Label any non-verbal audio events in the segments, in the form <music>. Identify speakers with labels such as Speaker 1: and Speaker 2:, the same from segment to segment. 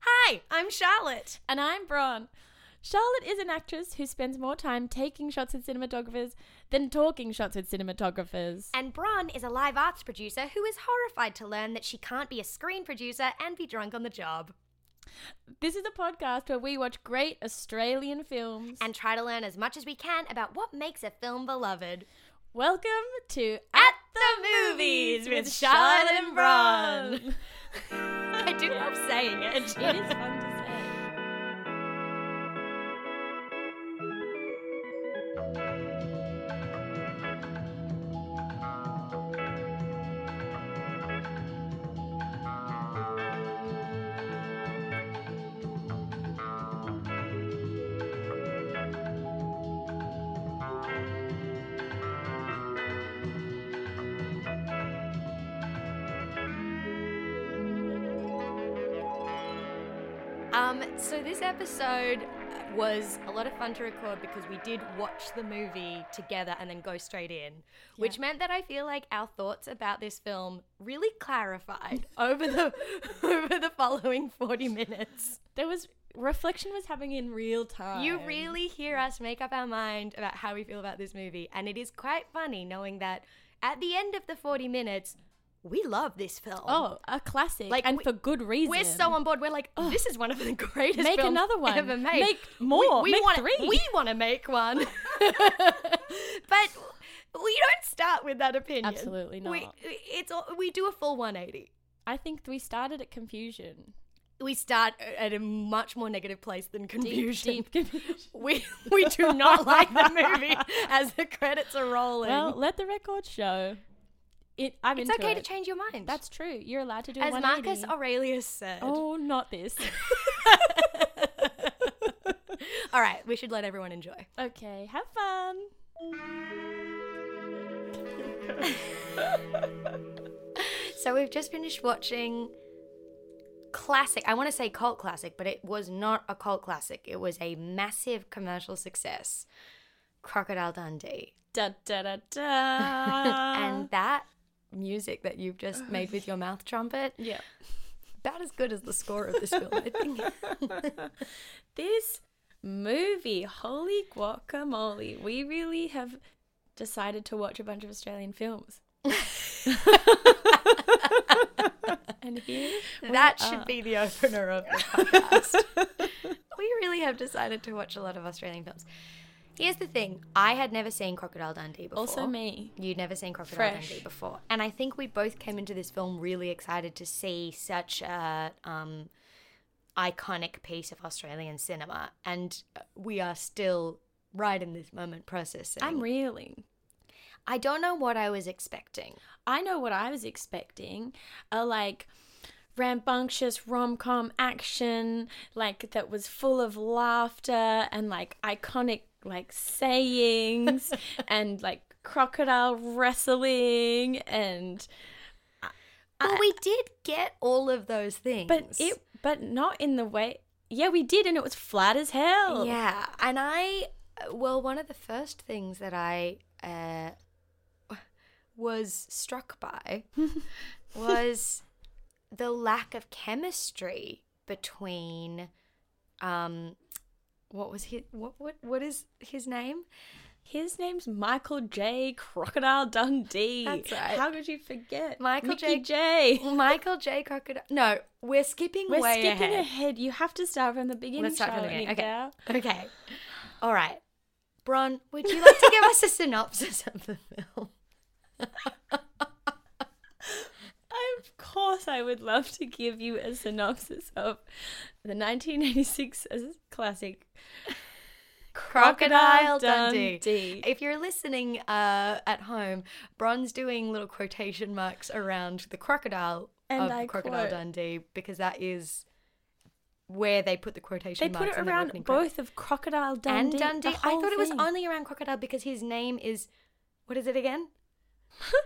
Speaker 1: Hi, I'm Charlotte.
Speaker 2: And I'm Bron. Charlotte is an actress who spends more time taking shots with cinematographers than talking shots with cinematographers.
Speaker 1: And Bron is a live arts producer who is horrified to learn that she can't be a screen producer and be drunk on the job
Speaker 2: This is a podcast where we watch great Australian films.
Speaker 1: and try to learn as much as we can about what makes a film beloved.
Speaker 2: welcome to
Speaker 1: At the movies with Charlotte and Bron. <laughs> I do love saying it.
Speaker 2: it is fun to say.
Speaker 1: Um, so this episode was a lot of fun to record because we did watch the movie together and then go straight in, which meant that I feel like our thoughts about this film really clarified <laughs> over the over the following 40 minutes.
Speaker 2: There was reflection was happening in real time.
Speaker 1: You really hear us make up our mind about how we feel about this movie, and it is quite funny knowing that at the end of the 40 minutes, we love this film.
Speaker 2: Oh, a classic.
Speaker 1: Like,
Speaker 2: and
Speaker 1: we-
Speaker 2: for good reason.
Speaker 1: We're so on board. We're like, this is one of the <laughs> greatest.
Speaker 2: Oh. Make
Speaker 1: films
Speaker 2: another one.
Speaker 1: Ever made.
Speaker 2: Make more.
Speaker 1: We,
Speaker 2: Make
Speaker 1: want
Speaker 2: three.
Speaker 1: We want to make one. <laughs> but we don't start with that opinion.
Speaker 2: Absolutely
Speaker 1: We,
Speaker 2: not.
Speaker 1: it's all- we do a full 180.
Speaker 2: I think we started at confusion.
Speaker 1: We start at a much more negative place than
Speaker 2: Deep,
Speaker 1: confusion.
Speaker 2: deep confusion.
Speaker 1: <laughs> We we do not like the
Speaker 2: <laughs>
Speaker 1: movie as the credits are rolling.
Speaker 2: Well, let the record show. It. I'm
Speaker 1: it's
Speaker 2: into
Speaker 1: okay to
Speaker 2: it.
Speaker 1: change your mind.
Speaker 2: That's true. You're allowed to do
Speaker 1: as
Speaker 2: 180.
Speaker 1: Marcus Aurelius said.
Speaker 2: Oh, not this.
Speaker 1: <laughs> All right, we should let everyone enjoy.
Speaker 2: okay, have fun.
Speaker 1: So we've just finished watching classic. I want to say cult classic, but it was not a cult classic. It was a massive commercial success. Crocodile Dundee.
Speaker 2: Da da da da.
Speaker 1: <laughs> and that music that you've just made with your mouth trumpet,
Speaker 2: yeah,
Speaker 1: about as good as the score of this film, I think.
Speaker 2: this movie, holy guacamole! We really have decided to watch a bunch of Australian films. and <laughs> here,
Speaker 1: that should be the opener of the podcast. we really have decided to watch a lot of Australian films. Here's the thing. I had never seen Crocodile Dundee before.
Speaker 2: also me.
Speaker 1: You'd never seen Crocodile
Speaker 2: Fresh.
Speaker 1: Dundee before. And I think we both came into this film really excited to see such a um, iconic piece of Australian cinema. And uh, we are still right in this moment processing.
Speaker 2: I'm reeling.
Speaker 1: I don't know what I was expecting.
Speaker 2: I know what I was expecting a like rambunctious rom com action, like that was full of laughter and like iconic
Speaker 1: <laughs>
Speaker 2: like sayings and like crocodile wrestling and
Speaker 1: Well, we did get all of those things.
Speaker 2: but it but not in the way yeah we did and it was flat as hell
Speaker 1: Yeah, and I uh, well, one of the first things that I uh, was struck <laughs> by was the lack of chemistry between um what was his what what what is his name?
Speaker 2: his name's Michael J Crocodile Dundee
Speaker 1: That's right.
Speaker 2: how could you forget
Speaker 1: Michael
Speaker 2: Mickey
Speaker 1: J.
Speaker 2: J
Speaker 1: Michael J. Crocodile. No, we're skipping
Speaker 2: we're
Speaker 1: way
Speaker 2: skipping ahead.
Speaker 1: ahead.
Speaker 2: you have to start from the beginning
Speaker 1: Let's start from the
Speaker 2: Charlotte
Speaker 1: beginning. Okay. <laughs>
Speaker 2: Nicolau.
Speaker 1: Okay. All right. Bron, would you like to give us a synopsis of the film?
Speaker 2: Of course, I would love to give you a synopsis of the 1986 classic
Speaker 1: <laughs> Crocodile Dundee. If you're listening uh, at home, Bron's doing little quotation marks around the crocodile
Speaker 2: And
Speaker 1: of
Speaker 2: I
Speaker 1: Crocodile
Speaker 2: quote-
Speaker 1: Dundee because that is where they put the quotation
Speaker 2: They put
Speaker 1: marks.
Speaker 2: it
Speaker 1: on the
Speaker 2: around
Speaker 1: opening credits.
Speaker 2: both of Crocodile Dundee
Speaker 1: and Dundee.
Speaker 2: the
Speaker 1: I
Speaker 2: whole
Speaker 1: thought it was
Speaker 2: thing.
Speaker 1: only around crocodile because his name is what is it again?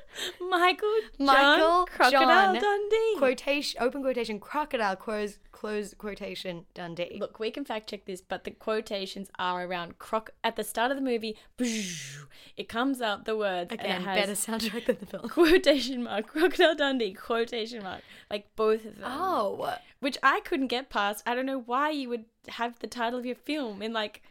Speaker 2: <laughs> Michael,
Speaker 1: Michael
Speaker 2: John, Crocodile
Speaker 1: John
Speaker 2: Dundee.
Speaker 1: Quotation, open quotation, crocodile, close, close quotation, Dundee.
Speaker 2: Look, we can fact check this, but the quotations are around croc at the start of the movie. It comes up the words
Speaker 1: Again,
Speaker 2: and it has
Speaker 1: better soundtrack than the
Speaker 2: <laughs>
Speaker 1: film.
Speaker 2: quotation mark Crocodile Dundee quotation mark like both of them.
Speaker 1: Oh,
Speaker 2: which I couldn't get past. I don't know why you would have the title of your film in like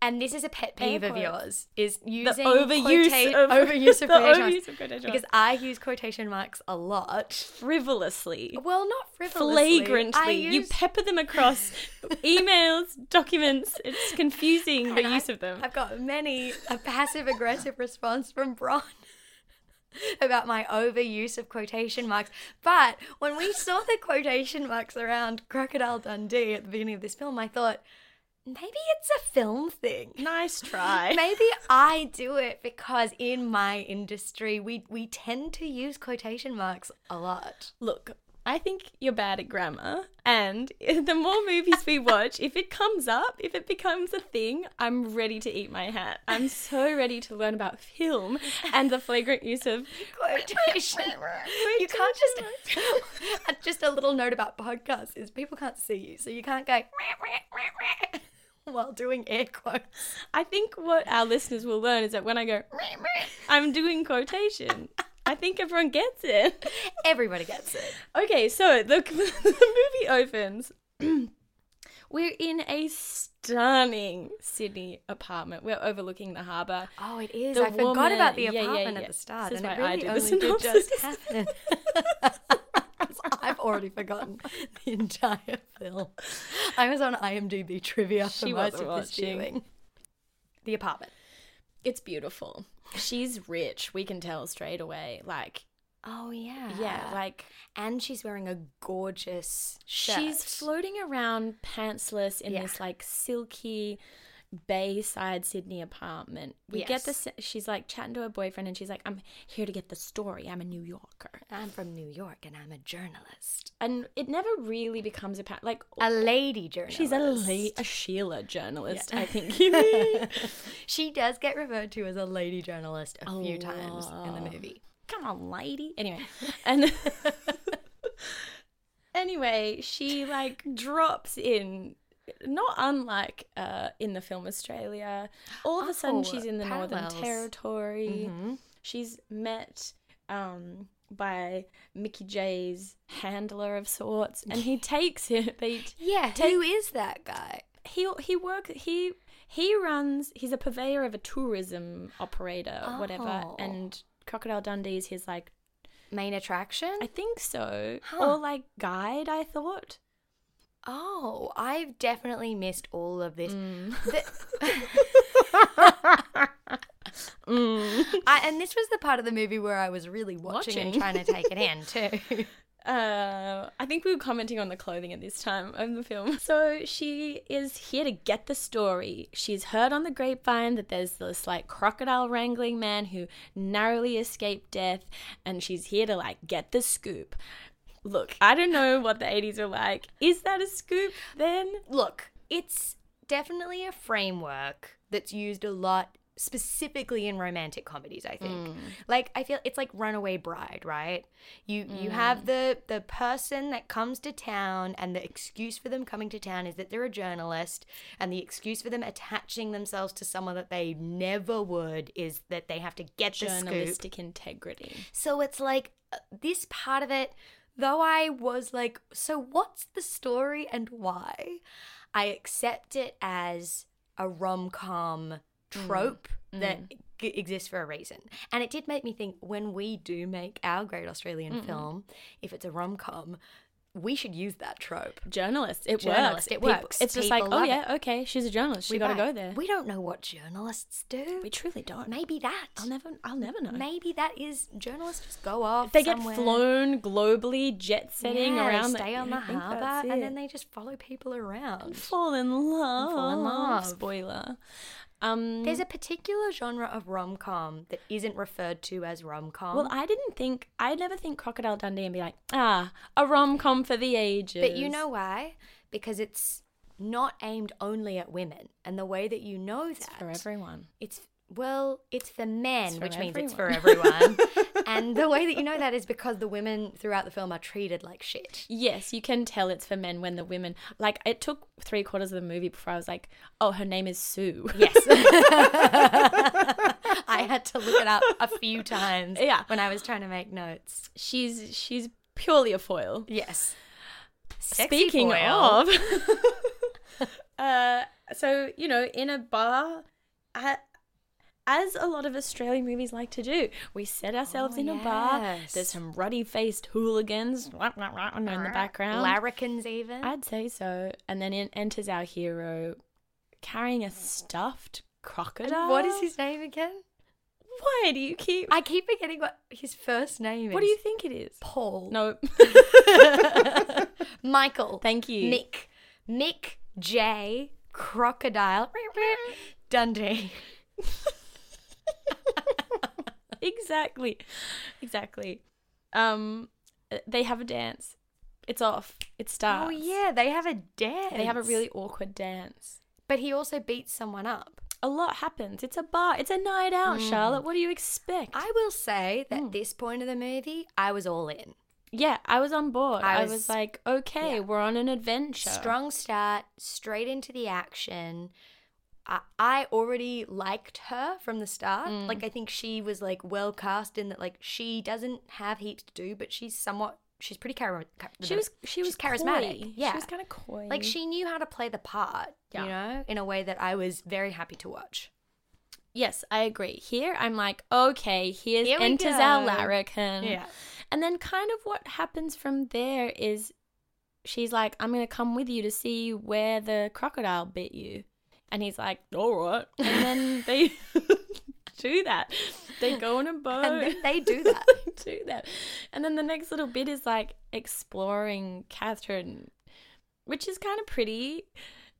Speaker 1: and this is a pet peeve of
Speaker 2: quotes.
Speaker 1: yours: is
Speaker 2: the
Speaker 1: using
Speaker 2: overuse
Speaker 1: quota-
Speaker 2: of
Speaker 1: overuse of
Speaker 2: <laughs> the
Speaker 1: quotation marks.
Speaker 2: overuse of quotation
Speaker 1: Because
Speaker 2: marks.
Speaker 1: I use quotation marks a lot.
Speaker 2: frivolously.
Speaker 1: Well, not frivolously. I
Speaker 2: Flagrantly, you
Speaker 1: use-
Speaker 2: pepper them <laughs> across emails, <laughs> documents. It's confusing the
Speaker 1: and
Speaker 2: use
Speaker 1: I've-
Speaker 2: of them.
Speaker 1: I've got many a passive aggressive response from Bron <laughs> about my overuse of quotation marks. But when we saw the quotation marks around Crocodile Dundee at the beginning of this film, I thought maybe it's a film thing.
Speaker 2: nice try.
Speaker 1: Maybe I do it because in my industry we we tend to use quotation marks a lot.
Speaker 2: Look, I think you're bad at grammar, and <laughs> the more movies we watch, if it comes up, if it becomes a thing, I'm ready to eat my hat. I'm so ready to learn about film and the flagrant use of
Speaker 1: <laughs> Quotation. you can't just Uh, <laughs> just a little note about podcasts is people can't see you, so you can't go <laughs> while doing air quotes. <laughs>
Speaker 2: I think what our listeners will learn is that when I go, I'm doing quotation. I think everyone gets it.
Speaker 1: Everybody gets it.
Speaker 2: Okay, so the, <laughs> the movie opens. <clears throat> We're in a stunning Sydney apartment. We're overlooking the harbour.
Speaker 1: Oh, it is.
Speaker 2: The
Speaker 1: I forgot about
Speaker 2: woman-
Speaker 1: the
Speaker 2: yeah, yeah,
Speaker 1: apartment
Speaker 2: yeah.
Speaker 1: at the start,
Speaker 2: This is
Speaker 1: and it
Speaker 2: why I
Speaker 1: really
Speaker 2: do the
Speaker 1: only did just <laughs>
Speaker 2: synopsis.
Speaker 1: happen. 'Cause I've already forgotten the entire film. I was on IMDb trivia for
Speaker 2: She
Speaker 1: most of
Speaker 2: wasn't
Speaker 1: this
Speaker 2: watching.
Speaker 1: viewing. The apartment.
Speaker 2: It's beautiful. She's rich. We can tell straight away. Like,
Speaker 1: Oh yeah,
Speaker 2: yeah, like
Speaker 1: and she's wearing a gorgeous shirt.
Speaker 2: she's floating around pantsless in
Speaker 1: Yeah.
Speaker 2: this like silky bayside Sydney apartment. We get
Speaker 1: Yes.
Speaker 2: this. She's like chatting to her boyfriend, and she's like, "I'm here to get the story. I'm a New Yorker."
Speaker 1: I'm from New York, and I'm a journalist.
Speaker 2: And it never really becomes apparent. Like
Speaker 1: A lady journalist.
Speaker 2: she's
Speaker 1: <laughs>
Speaker 2: a la- a Sheila journalist, I think.
Speaker 1: She does get referred to as a lady journalist a,
Speaker 2: A
Speaker 1: few times in the
Speaker 2: lot.
Speaker 1: movie.
Speaker 2: Come on, lady.
Speaker 1: <laughs>
Speaker 2: Anyway, and. <laughs> Anyway, she like drops in, not unlike uh, in the film Australia. All of a sudden,
Speaker 1: Oh,
Speaker 2: she's in the
Speaker 1: parallels. Mm-hmm.
Speaker 2: Northern Territory. She's met um, by Mickey J's handler of sorts,
Speaker 1: <laughs>
Speaker 2: and he takes it. They
Speaker 1: Yeah, who is that guy?
Speaker 2: he he works he he runs. He's a purveyor of a tourism operator, whatever,
Speaker 1: Oh.
Speaker 2: and. Crocodile Dundee is his like
Speaker 1: Main attraction?
Speaker 2: I think so
Speaker 1: Huh.
Speaker 2: or like guide I thought
Speaker 1: oh, I've definitely missed all of this. <laughs> The- I, and this was the part of the movie where I was really watching, and
Speaker 2: Watching.
Speaker 1: trying to take it in <laughs> too.
Speaker 2: Uh, I think we were commenting on the clothing at this time of the film. <laughs> So she is here to get the story. She's heard on the grapevine that there's this like crocodile wrangling man who narrowly escaped death, and she's here to like get the scoop. Look, I don't know what the 80s were like. Is that a scoop then?
Speaker 1: Look, it's definitely a framework that's used a lot specifically in romantic comedies, I think. Like I feel it's like runaway bride, right? You you have the the person that comes to town and the excuse for them coming to town is that they're a journalist and the excuse for them attaching themselves to someone that they never would is that they have to get the scoop.
Speaker 2: Journalistic integrity.
Speaker 1: So it's like uh, this part of it, though I was like, so what's the story and why? I accept it as a rom
Speaker 2: Mm.
Speaker 1: com trope that g- exists for a reason. And it did make me think when we do make our great Australian film, if it's a rom com, we should use that trope.
Speaker 2: Journalist. It works.
Speaker 1: Journalist, it
Speaker 2: Peop-
Speaker 1: works.
Speaker 2: It's just
Speaker 1: People
Speaker 2: like, oh
Speaker 1: love it.
Speaker 2: yeah, okay, she's a journalist. She
Speaker 1: We
Speaker 2: got to
Speaker 1: might-
Speaker 2: go there.
Speaker 1: We don't know what journalists do.
Speaker 2: We truly don't.
Speaker 1: Maybe that.
Speaker 2: I'll never. I'll never know.
Speaker 1: Maybe that is journalists just go off.
Speaker 2: They get
Speaker 1: somewhere.
Speaker 2: flown globally, jet setting
Speaker 1: Yeah,
Speaker 2: around.
Speaker 1: They stay on the harbour and then they just follow people around.
Speaker 2: <laughs> fall in love.
Speaker 1: fall in love.
Speaker 2: Spoiler. Um,
Speaker 1: There's a particular genre of rom com that isn't referred to as rom com.
Speaker 2: well, I didn't think. I never think Crocodile Dundee and be like, ah, a rom com for the ages.
Speaker 1: but you know why? Because it's not aimed only at women. And the way that you know that
Speaker 2: for everyone.
Speaker 1: it's Well, it's for men,
Speaker 2: It's for
Speaker 1: which means it's for <laughs> everyone. and the way that you know that is because the women throughout the film are treated like shit.
Speaker 2: Yes, you can tell it's for men when the women like it took three quarters of the movie before I was like, oh, her name is Sue.
Speaker 1: Yes. <laughs> I had to look it up a few <laughs> times
Speaker 2: Yeah.
Speaker 1: when I was trying to make notes.
Speaker 2: <laughs> She's she's purely a foil.
Speaker 1: Yes. Sexy oh,
Speaker 2: Speaking
Speaker 1: foil.
Speaker 2: of, <laughs> uh, so you know, in a bar, a- as a lot of Australian movies like to do, we set ourselves
Speaker 1: Oh,
Speaker 2: in a bar.
Speaker 1: yes.
Speaker 2: There's some ruddy-faced hooligans wah, wah, wah, in the background.
Speaker 1: larrikins even.
Speaker 2: I'd say so. And then in enters our hero, carrying a stuffed
Speaker 1: And
Speaker 2: crocodile.
Speaker 1: what is his name again?
Speaker 2: Why do you keep?
Speaker 1: I keep forgetting what his first name is.
Speaker 2: what do you think it is?
Speaker 1: Paul?
Speaker 2: No.
Speaker 1: <laughs> Michael.
Speaker 2: <laughs> Thank you.
Speaker 1: Mick. Mick J. Crocodile. Dundee.
Speaker 2: exactly exactly um uh, they have a dance it's off it starts
Speaker 1: Oh yeah, they have a dance.
Speaker 2: they have a really awkward dance
Speaker 1: But he also beats someone up.
Speaker 2: a lot happens it's a bar it's a night out charlotte what do you expect
Speaker 1: Mm. I will say that this point of the movie, I was all in.
Speaker 2: yeah i was on board
Speaker 1: I
Speaker 2: i
Speaker 1: was-
Speaker 2: was, like okay we're on an adventure
Speaker 1: Strong start, straight into the action. I, I already liked her from the start.
Speaker 2: Mm.
Speaker 1: Like I think she was like well cast in that. Like she doesn't have heaps to do, but she's somewhat. She's pretty chari- char-
Speaker 2: she was she
Speaker 1: she's
Speaker 2: was
Speaker 1: charismatic.
Speaker 2: coy.
Speaker 1: Yeah.
Speaker 2: she was kind of coy
Speaker 1: Like she knew how to play the part, you know, in a way that I was very happy to watch.
Speaker 2: yes i agree here i'm like okay here's
Speaker 1: Here we
Speaker 2: enters our
Speaker 1: go.
Speaker 2: larrikin <laughs> And then kind of what happens from there is she's like, I'm going to come with you to see where the crocodile bit you. And he's like, all right. And
Speaker 1: <laughs>
Speaker 2: then they <laughs> do that. They go on a boat. <laughs>
Speaker 1: And then they do that.
Speaker 2: do that. And then the next little bit is like exploring Catherine, which is kind of pretty.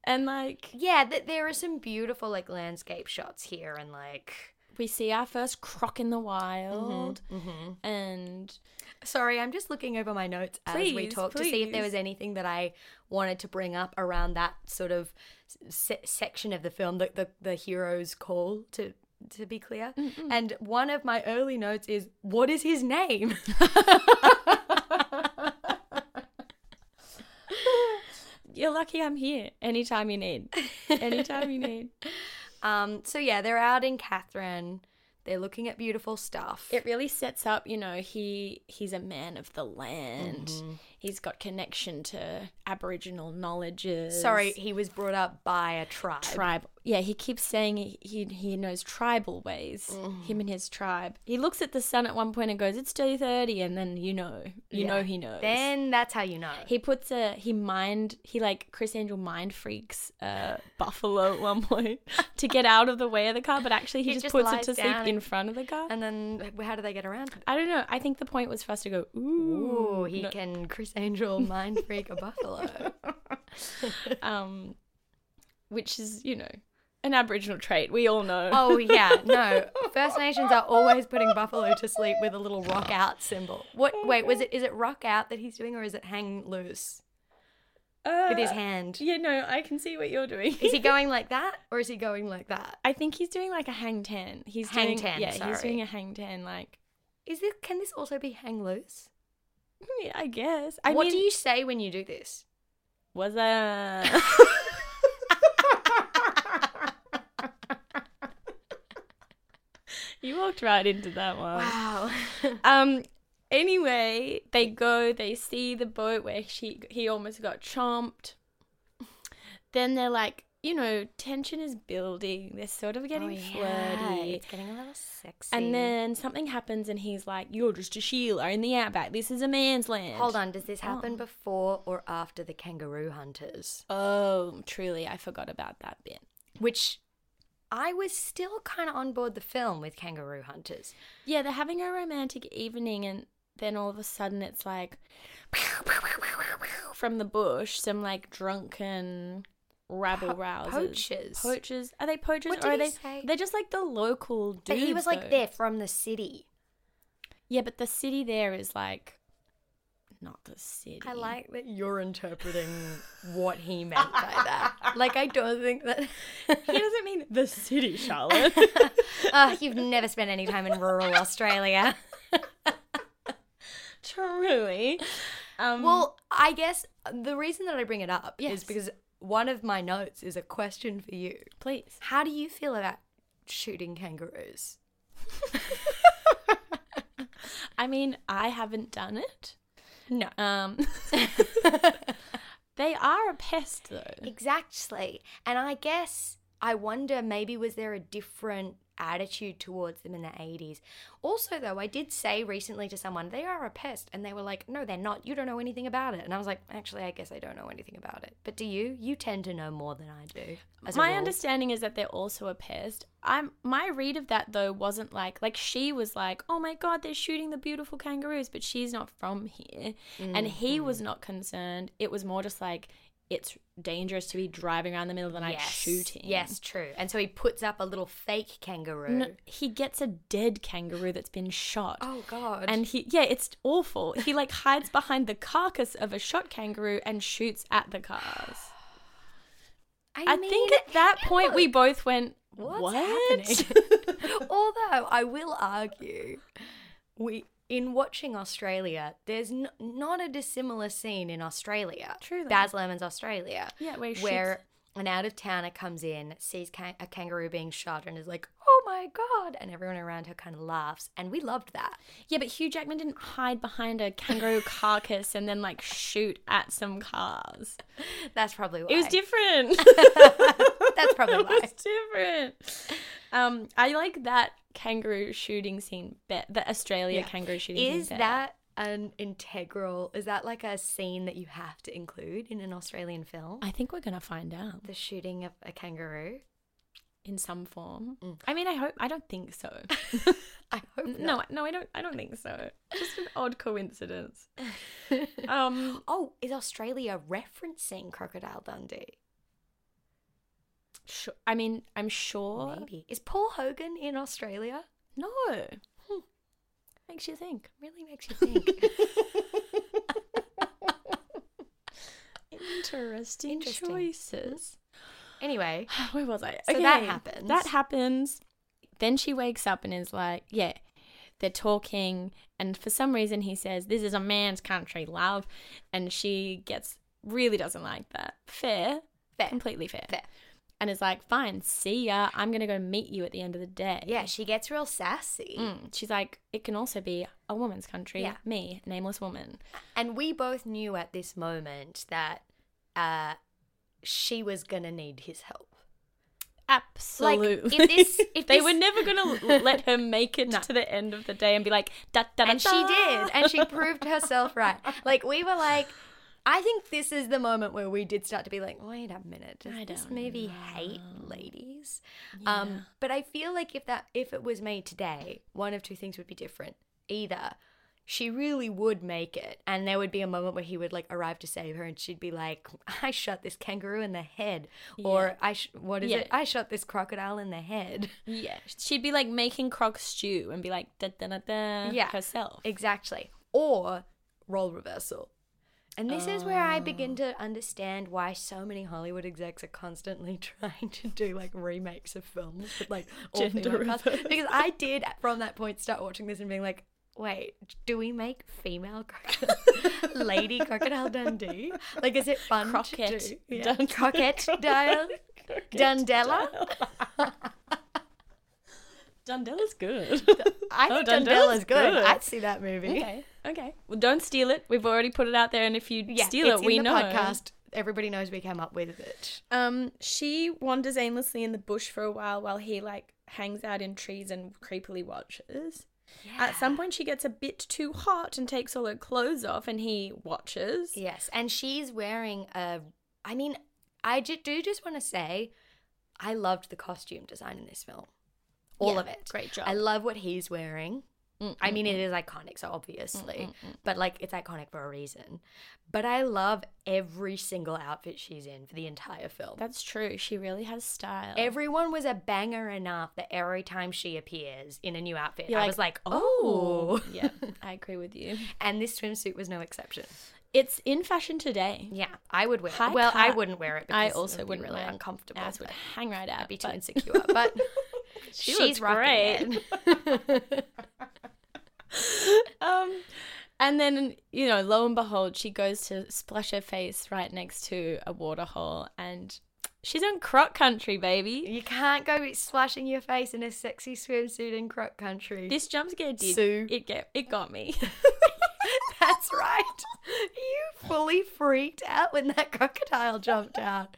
Speaker 2: And like,
Speaker 1: yeah, th- there are some beautiful like landscape shots here and like
Speaker 2: we see our first croc
Speaker 1: Mm-hmm,
Speaker 2: in the wild.
Speaker 1: mhm.
Speaker 2: And
Speaker 1: Sorry, I'm just looking over my notes as we
Speaker 2: Please,
Speaker 1: talk to see if there
Speaker 2: please.
Speaker 1: was anything that I wanted to bring up around that sort of se- section of the film, the, the the hero's call to to be clear. And one of my early notes is, "What is his
Speaker 2: <laughs>
Speaker 1: name?"
Speaker 2: you're lucky I'm here anytime
Speaker 1: <laughs>
Speaker 2: you need. Anytime you need.
Speaker 1: um, so yeah, they're out in Catherine. They're looking at beautiful stuff.
Speaker 2: it really sets up you know he he's a man of the land
Speaker 1: Mm-hmm.
Speaker 2: he's got connection to aboriginal knowledges
Speaker 1: Sorry, he was brought up by a tribe.
Speaker 2: tribe yeah he keeps saying he he, he knows tribal ways
Speaker 1: Mm.
Speaker 2: him and his tribe he looks at the sun at one point and goes it's 2.30 and then you know you know he knows
Speaker 1: Then that's how you know.
Speaker 2: he puts a he mind he like Chris Angel mind freaks uh, buffalo at one point <laughs> to get out of the way of the car, but actually he,
Speaker 1: He
Speaker 2: just,
Speaker 1: just
Speaker 2: puts it
Speaker 1: lies
Speaker 2: to sleep
Speaker 1: down
Speaker 2: in
Speaker 1: and-
Speaker 2: front of the car.
Speaker 1: And then how do they get around to it?
Speaker 2: I don't know. I think the point was for us to go ooh,
Speaker 1: Ooh, he
Speaker 2: no-
Speaker 1: can Chris Angel mind freak a buffalo.
Speaker 2: um, which is you know an Aboriginal trait. We all know.
Speaker 1: <laughs> Oh yeah, no. First Nations are always putting buffalo to sleep with a little rock out symbol. What? Wait, was it? Is it rock out that he's doing, or is it hang loose
Speaker 2: <laughs> Uh,
Speaker 1: with his hand?
Speaker 2: Yeah, no, I can see what you're doing.
Speaker 1: Is he going like that, or is he going like that?
Speaker 2: <laughs> I think he's doing like a hang ten. He's
Speaker 1: Hang
Speaker 2: doing,
Speaker 1: ten,
Speaker 2: Yeah, he's
Speaker 1: sorry.
Speaker 2: doing a hang ten. Like,
Speaker 1: Is this? Can this also be hang loose?
Speaker 2: mm, yeah, I guess. I
Speaker 1: what
Speaker 2: mean,
Speaker 1: do you say when you do <laughs> this?
Speaker 2: was that?
Speaker 1: <laughs>
Speaker 2: <laughs> you walked right into that one.
Speaker 1: <laughs> Wow.
Speaker 2: Um. Anyway, they go. They see the boat where she he almost got chomped. Then they're like, you know, tension is building. They're sort of getting flirty.
Speaker 1: Oh, It's getting a little sexy.
Speaker 2: And then something happens, and he's like, "You're just a Sheila in the outback. This is a man's land."
Speaker 1: hold on, does this happen before or after the kangaroo hunters?
Speaker 2: Oh, truly, I forgot about that bit.
Speaker 1: Which I was still kind of on board the film with kangaroo hunters.
Speaker 2: Yeah, they're having a romantic evening, and then all of a sudden, it's like from the bush, some like drunken rabble rousers,
Speaker 1: poachers.
Speaker 2: poachers. Are they poachers
Speaker 1: What
Speaker 2: or are
Speaker 1: did
Speaker 2: they?
Speaker 1: he say?
Speaker 2: They're just like the local dudes.
Speaker 1: But he was like,
Speaker 2: though.
Speaker 1: they're from the city.
Speaker 2: Yeah, but the city there is like not the city.
Speaker 1: I like that you're <laughs> interpreting what he meant by that. Like, I don't think that.
Speaker 2: <laughs>
Speaker 1: <laughs>
Speaker 2: He doesn't mean the city, Charlotte. <laughs>
Speaker 1: Ah, you've never spent any time in rural Australia.
Speaker 2: Truly. Um,
Speaker 1: Well, I guess the reason that I bring it up
Speaker 2: Yes.
Speaker 1: is because one of my notes is a question for you.
Speaker 2: please.
Speaker 1: How do you feel about shooting kangaroos?
Speaker 2: <laughs> I mean, I haven't done it. <laughs>
Speaker 1: No.
Speaker 2: Um, they are a pest, though.
Speaker 1: <laughs> Exactly. And I guess I wonder maybe was there a different attitude towards them in the 80s. Also, though, I did say recently to someone, they are a pest. And they were like, no, they're not. You don't know anything about it. And I was like, actually, I guess I don't know anything about it. But do you? You tend to know more than I do. As a
Speaker 2: my
Speaker 1: rule.
Speaker 2: understanding is that they're also a pest. I'm my read of that though wasn't like like she was like, "Oh my god, they're shooting the beautiful kangaroos," but she's not from here. And he
Speaker 1: Mm-hmm.
Speaker 2: was not concerned. It was more just like it's dangerous to be driving around the middle of the night
Speaker 1: Yes.
Speaker 2: shooting.
Speaker 1: Yes, true. And so he puts up a little fake kangaroo.
Speaker 2: No, he gets a dead kangaroo that's been shot.
Speaker 1: Oh, God.
Speaker 2: And he, yeah, it's awful. He like hides behind the carcass of a shot kangaroo and shoots at the cars. I, think at that point we both went,
Speaker 1: What's
Speaker 2: "What?"
Speaker 1: happening? <laughs> Although I will argue, we in watching Australia, there's n- not a dissimilar scene in Australia.
Speaker 2: Truly.
Speaker 1: Baz Luhrmann's Australia,
Speaker 2: <laughs> Yeah, where, he
Speaker 1: where an out of towner comes in, sees can- a kangaroo being shot, and is like, "Oh my god!" and everyone around her kind of laughs, and we loved that.
Speaker 2: shoots- yeah, but Hugh Jackman didn't hide behind
Speaker 1: <laughs>
Speaker 2: a kangaroo carcass and then like shoot at some cars.
Speaker 1: That's probably why.
Speaker 2: It
Speaker 1: <laughs>
Speaker 2: was <laughs> different.
Speaker 1: That's probably
Speaker 2: <laughs> it
Speaker 1: why.
Speaker 2: was different. Um, I like that kangaroo shooting scene. Be- the Australia
Speaker 1: Yeah.
Speaker 2: kangaroo shooting scene.
Speaker 1: Is
Speaker 2: better.
Speaker 1: that an integral? Is that like a scene that you have to include in an Australian film?
Speaker 2: I think we're gonna find out
Speaker 1: The shooting of a kangaroo.
Speaker 2: in some form.
Speaker 1: Mm.
Speaker 2: I mean, I hope. I don't think so.
Speaker 1: I hope not.
Speaker 2: No, I- no, I don't. I don't think so. Just an odd <laughs> coincidence.
Speaker 1: <laughs>
Speaker 2: um,
Speaker 1: Oh, is Australia referencing Crocodile Dundee?
Speaker 2: sh- I mean, I'm sure.
Speaker 1: Maybe. Is Paul Hogan in Australia?
Speaker 2: No. Hmm. Makes you <laughs> think.
Speaker 1: Really makes you
Speaker 2: <laughs>
Speaker 1: think.
Speaker 2: Interesting,
Speaker 1: Interesting.
Speaker 2: choices.
Speaker 1: anyway,
Speaker 2: <sighs> Where was I?
Speaker 1: So that happens.
Speaker 2: That happens. Then she wakes up and is like, "Yeah." They're talking, and for some reason he says, "This is a man's country, love," and she gets really doesn't like that. Fair,
Speaker 1: fair.
Speaker 2: completely fair.
Speaker 1: Fair.
Speaker 2: And is like, "Fine, see ya. I'm gonna go meet you at the end of the day."
Speaker 1: Yeah, she gets real sassy.
Speaker 2: Mm. She's like, it can also be a woman's country.
Speaker 1: Yeah.
Speaker 2: Me, nameless woman.
Speaker 1: And we both knew at this moment that uh, she was going to need his help.
Speaker 2: Absolutely.
Speaker 1: if this- if <laughs>
Speaker 2: they
Speaker 1: this-
Speaker 2: were never going to let her make it
Speaker 1: <laughs> No.
Speaker 2: to the end of the day and be like, da da da.
Speaker 1: And she did. And she proved herself right. Like, we were like, I think this is the moment where we did start to be like, wait a minute, does
Speaker 2: I
Speaker 1: this
Speaker 2: don't
Speaker 1: movie hate ladies? Um, but I feel like if that if it was made today, one of two things would be different. Either she really would make it, and there would be a moment where he would like arrive to save her, and she'd be like, <laughs> "I shot this kangaroo in the head,"
Speaker 2: Yeah.
Speaker 1: or "I sh- what is
Speaker 2: Yeah.
Speaker 1: it? I shot this crocodile in the head."
Speaker 2: <laughs> yeah. She'd be like making croc stew and be like, da da da da.
Speaker 1: Yeah.
Speaker 2: Herself.
Speaker 1: Exactly. Or role reversal. And this is where I begin to understand why so many Hollywood execs are constantly <laughs> trying to do like remakes of films with like all
Speaker 2: Gender
Speaker 1: female cast.
Speaker 2: reversal.
Speaker 1: Because I did from that point start watching this and being like, wait, do we make female crocodile, lady crocodile Dundee? Like, is it fun
Speaker 2: Crockett Oh,
Speaker 1: to do? Yeah.
Speaker 2: <laughs> Dun-
Speaker 1: Crockett Dial
Speaker 2: <laughs>
Speaker 1: Dundella. <laughs>
Speaker 2: Dundella's good.
Speaker 1: <laughs> I
Speaker 2: Oh,
Speaker 1: think
Speaker 2: Dundella's
Speaker 1: Dundella's good.
Speaker 2: good.
Speaker 1: I'd see that movie.
Speaker 2: okay. Okay. Well, don't steal it. We've already put it out there, and if you
Speaker 1: Yeah,
Speaker 2: steal
Speaker 1: it's
Speaker 2: it, we
Speaker 1: in the
Speaker 2: know.
Speaker 1: podcast. Everybody knows we came up with it.
Speaker 2: Um, she wanders aimlessly in the bush for a while while he like hangs out in trees and creepily watches. At some point, she gets a bit too hot and takes all her clothes off, and he watches.
Speaker 1: Yes, and she's wearing a. I mean, I ju- do just want to say, I loved the costume design in this film, all
Speaker 2: Yeah,
Speaker 1: of it.
Speaker 2: great job.
Speaker 1: I love what he's wearing. I mean, it is iconic, so obviously, but like it's iconic for a reason. But I love every single outfit she's in for the entire film.
Speaker 2: That's true. She really has style.
Speaker 1: Everyone was a banger enough that every time she appears in a new outfit,
Speaker 2: You're
Speaker 1: I
Speaker 2: like,
Speaker 1: was like, oh.
Speaker 2: Oh, yeah, I agree with you.
Speaker 1: And this swimsuit was no exception.
Speaker 2: It's in fashion today.
Speaker 1: Yeah, I would wear
Speaker 2: High
Speaker 1: it. Well, I
Speaker 2: cut.
Speaker 1: wouldn't wear it because
Speaker 2: I
Speaker 1: it
Speaker 2: also
Speaker 1: would be
Speaker 2: wouldn't
Speaker 1: really
Speaker 2: wear it.
Speaker 1: uncomfortable.
Speaker 2: Ass would
Speaker 1: but
Speaker 2: hang right out. <laughs>
Speaker 1: I'd be too
Speaker 2: but-
Speaker 1: insecure. But
Speaker 2: <laughs>
Speaker 1: <laughs>
Speaker 2: She looks
Speaker 1: she's rocking
Speaker 2: <laughs> great.
Speaker 1: it.
Speaker 2: um, and then you know, lo and behold, she goes to splash her face right next to a waterhole, and she's on croc country, baby.
Speaker 1: you can't go splashing your face in a sexy swimsuit in croc country.
Speaker 2: This jump scare did
Speaker 1: Sue.
Speaker 2: it get it got me.
Speaker 1: <laughs> That's right. You fully freaked out when that crocodile jumped out.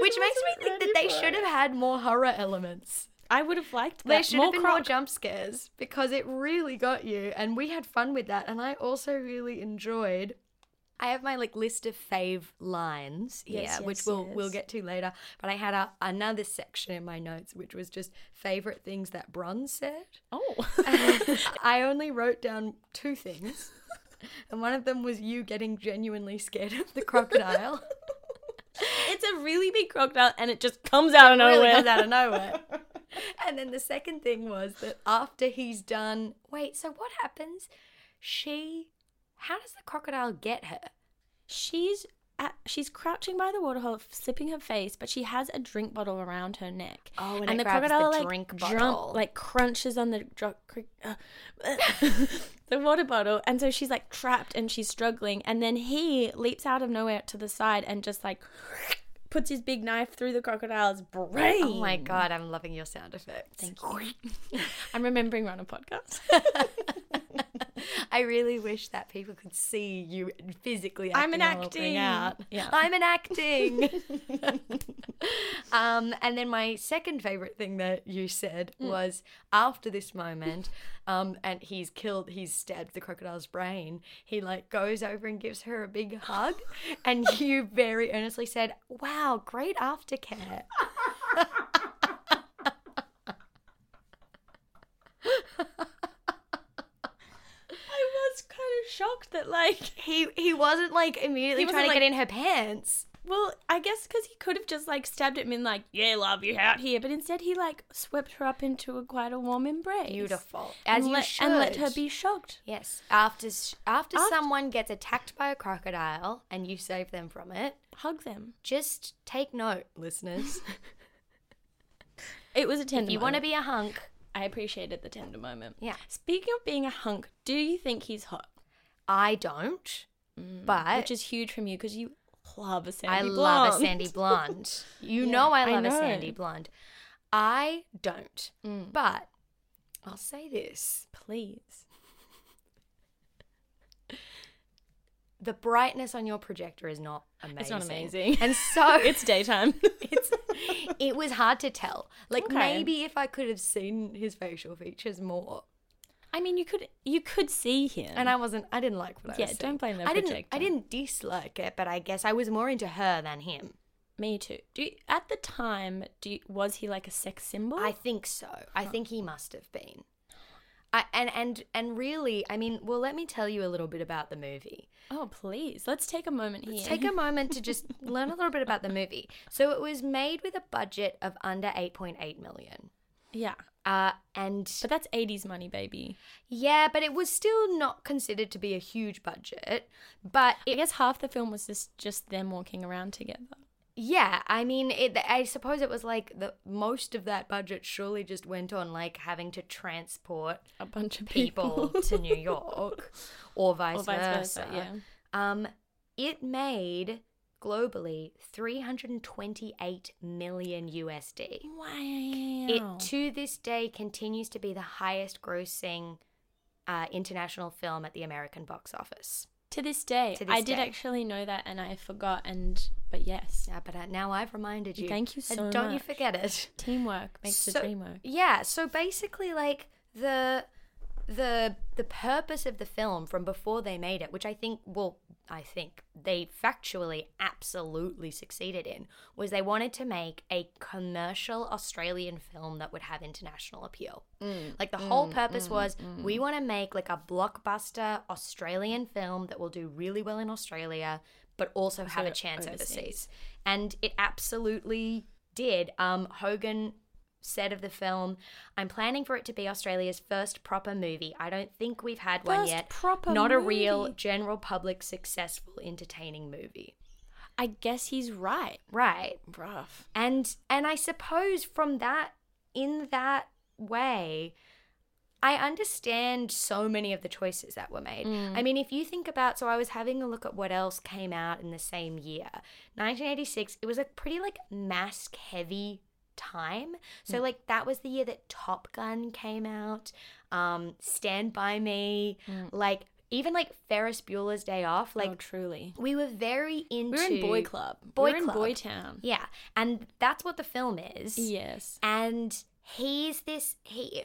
Speaker 1: Which makes me think that they should have had more horror elements.
Speaker 2: I would have liked that.
Speaker 1: There should
Speaker 2: more
Speaker 1: have been more
Speaker 2: <laughs> croc.
Speaker 1: jump scares because it really got you, and we had fun with that. And I also really enjoyed. I have my like list of fave lines here,
Speaker 2: Yes,
Speaker 1: which
Speaker 2: yes,
Speaker 1: we'll we'll
Speaker 2: yes.
Speaker 1: get to later. But I had a, another section in my notes, which was just favorite things that Bron said.
Speaker 2: oh, <laughs>
Speaker 1: I only wrote down two things, and one of them was you getting genuinely scared of the crocodile.
Speaker 2: it's a really big crocodile, and it just comes out of nowhere.
Speaker 1: really comes out of nowhere. <laughs> and then the second thing was that after he's done, wait, so what happens? She, how does the crocodile get her?
Speaker 2: She's at, she's crouching by the waterhole, slipping her face, but she has a drink bottle around her neck.
Speaker 1: Oh, and it grabs the drink bottle.
Speaker 2: like crunches on the dr- cr-
Speaker 1: <laughs>
Speaker 2: uh, the water bottle, and so she's like trapped and she's struggling. And then he leaps out of nowhere to the side and just like puts his big knife through the crocodile's brain.
Speaker 1: Oh my god, I'm loving your sound effects.
Speaker 2: Thank you. I'm remembering we're on a podcast.
Speaker 1: <laughs> I really wish that people could see you physically.
Speaker 2: I'm
Speaker 1: acting the whole thing
Speaker 2: enacting.
Speaker 1: out.
Speaker 2: Yeah.
Speaker 1: <laughs> I'm
Speaker 2: <laughs>
Speaker 1: enacting. um, and then my second favorite thing that you said
Speaker 2: Hmm.
Speaker 1: was after this moment, um, and he's killed, he's stabbed the crocodile's brain. He like goes over and gives her a big
Speaker 2: <laughs>
Speaker 1: hug, and you very earnestly said, "Wow, great aftercare."
Speaker 2: I was kind of shocked that like
Speaker 1: He he wasn't like immediately
Speaker 2: He
Speaker 1: trying
Speaker 2: wasn't
Speaker 1: to
Speaker 2: like-
Speaker 1: get in her pants.
Speaker 2: Well, I guess because he could have just like stabbed at me and like, yeah, love you out here. But instead, he like swept her up into a quite a warm embrace.
Speaker 1: Beautiful,
Speaker 2: And
Speaker 1: as you
Speaker 2: let,
Speaker 1: should,
Speaker 2: And let her be shocked.
Speaker 1: Yes. After s- after
Speaker 2: Aft-
Speaker 1: someone gets attacked by a crocodile and you save them from it,
Speaker 2: Hug them.
Speaker 1: just take note,
Speaker 2: <laughs>
Speaker 1: listeners.
Speaker 2: It was a tender
Speaker 1: if you want
Speaker 2: moment.
Speaker 1: to be a hunk,
Speaker 2: I appreciated the tender moment.
Speaker 1: Yeah.
Speaker 2: Speaking of being a hunk, do you think he's hot?
Speaker 1: I don't. But
Speaker 2: Mm, Which is huge from you because you love a sandy
Speaker 1: I love a
Speaker 2: blonde. <laughs>
Speaker 1: sandy blonde. You
Speaker 2: Yeah,
Speaker 1: know I
Speaker 2: I
Speaker 1: love
Speaker 2: know.
Speaker 1: a sandy blonde. I don't.
Speaker 2: Mm.
Speaker 1: But I'll say this.
Speaker 2: Please.
Speaker 1: The brightness on your projector is not amazing.
Speaker 2: It's not amazing. <laughs>
Speaker 1: And so
Speaker 2: it's daytime.
Speaker 1: <laughs> it's it was hard to tell. Like
Speaker 2: Okay.
Speaker 1: maybe if I could have seen his facial features more,
Speaker 2: I mean, you could you could see him.
Speaker 1: and I wasn't. I didn't like what I
Speaker 2: Yeah,
Speaker 1: was. seeing.
Speaker 2: don't blame the
Speaker 1: I didn't.
Speaker 2: projector.
Speaker 1: I didn't dislike it, but I guess I was more into her than him.
Speaker 2: Me too. Do you, at the time, do you, was he like a sex symbol?
Speaker 1: I think so. I think he must have been. I, and and and really, I mean, well, let me tell you a little bit about the movie.
Speaker 2: Oh, please. Let's take a moment here.
Speaker 1: Let's take a moment to
Speaker 2: <laughs>
Speaker 1: just learn a little bit about the movie. So it was made with a budget of under eight point eight million.
Speaker 2: Yeah.
Speaker 1: Uh, and
Speaker 2: But that's 80s money, baby.
Speaker 1: yeah, but it was still not considered to be a huge budget. But
Speaker 2: I guess half the film was just, just them walking around together.
Speaker 1: Yeah, I mean, it, I suppose it was like the most of that budget surely just went on like having to
Speaker 2: <laughs>
Speaker 1: transport
Speaker 2: A bunch of people.
Speaker 1: people to New
Speaker 2: <laughs>
Speaker 1: York or vice,
Speaker 2: or vice versa.
Speaker 1: versa.
Speaker 2: Yeah.
Speaker 1: Um, it made globally 328 million USD.
Speaker 2: Wow.
Speaker 1: It to this day continues to be the highest grossing uh, international film at the American box office.
Speaker 2: to this day.
Speaker 1: To
Speaker 2: I
Speaker 1: this
Speaker 2: did
Speaker 1: day.
Speaker 2: actually know that and I forgot. And, but yes,
Speaker 1: Yeah, but uh, now I've reminded you.
Speaker 2: Thank you
Speaker 1: And
Speaker 2: so
Speaker 1: Don't you
Speaker 2: much.
Speaker 1: forget it.
Speaker 2: teamwork makes the
Speaker 1: So-
Speaker 2: dream work.
Speaker 1: Yeah, so basically like the the the purpose of the film from before they made it, which I think well I think they factually absolutely succeeded in was they wanted to make a commercial Australian film that would have international appeal.
Speaker 2: Mm,
Speaker 1: Like the whole purpose was we want to make like a blockbuster Australian film that will do really well in Australia but also have a chance
Speaker 2: overseas.
Speaker 1: overseas. And it absolutely did. Um Hogan said of the film, I'm planning for it to be Australia's first proper movie. I don't think we've had one
Speaker 2: First
Speaker 1: yet.
Speaker 2: proper
Speaker 1: Not a real
Speaker 2: movie.
Speaker 1: general public successful entertaining movie.
Speaker 2: I guess he's right.
Speaker 1: Right.
Speaker 2: Rough.
Speaker 1: And and I suppose from that in that way I understand so many of the choices that were made.
Speaker 2: Mm.
Speaker 1: I mean, if you think about so I was having a look at what else came out in the same year. 1986, it was a pretty like mask heavy time. So
Speaker 2: Mm.
Speaker 1: like that was the year that Top Gun came out, um Stand by Me, like even like Ferris Bueller's Day Off, like
Speaker 2: Mm. oh, truly.
Speaker 1: we were very into
Speaker 2: We were in boy club.
Speaker 1: Boy
Speaker 2: we were
Speaker 1: club.
Speaker 2: in boy town.
Speaker 1: yeah, and that's what the film is.
Speaker 2: Yes.
Speaker 1: And he's this he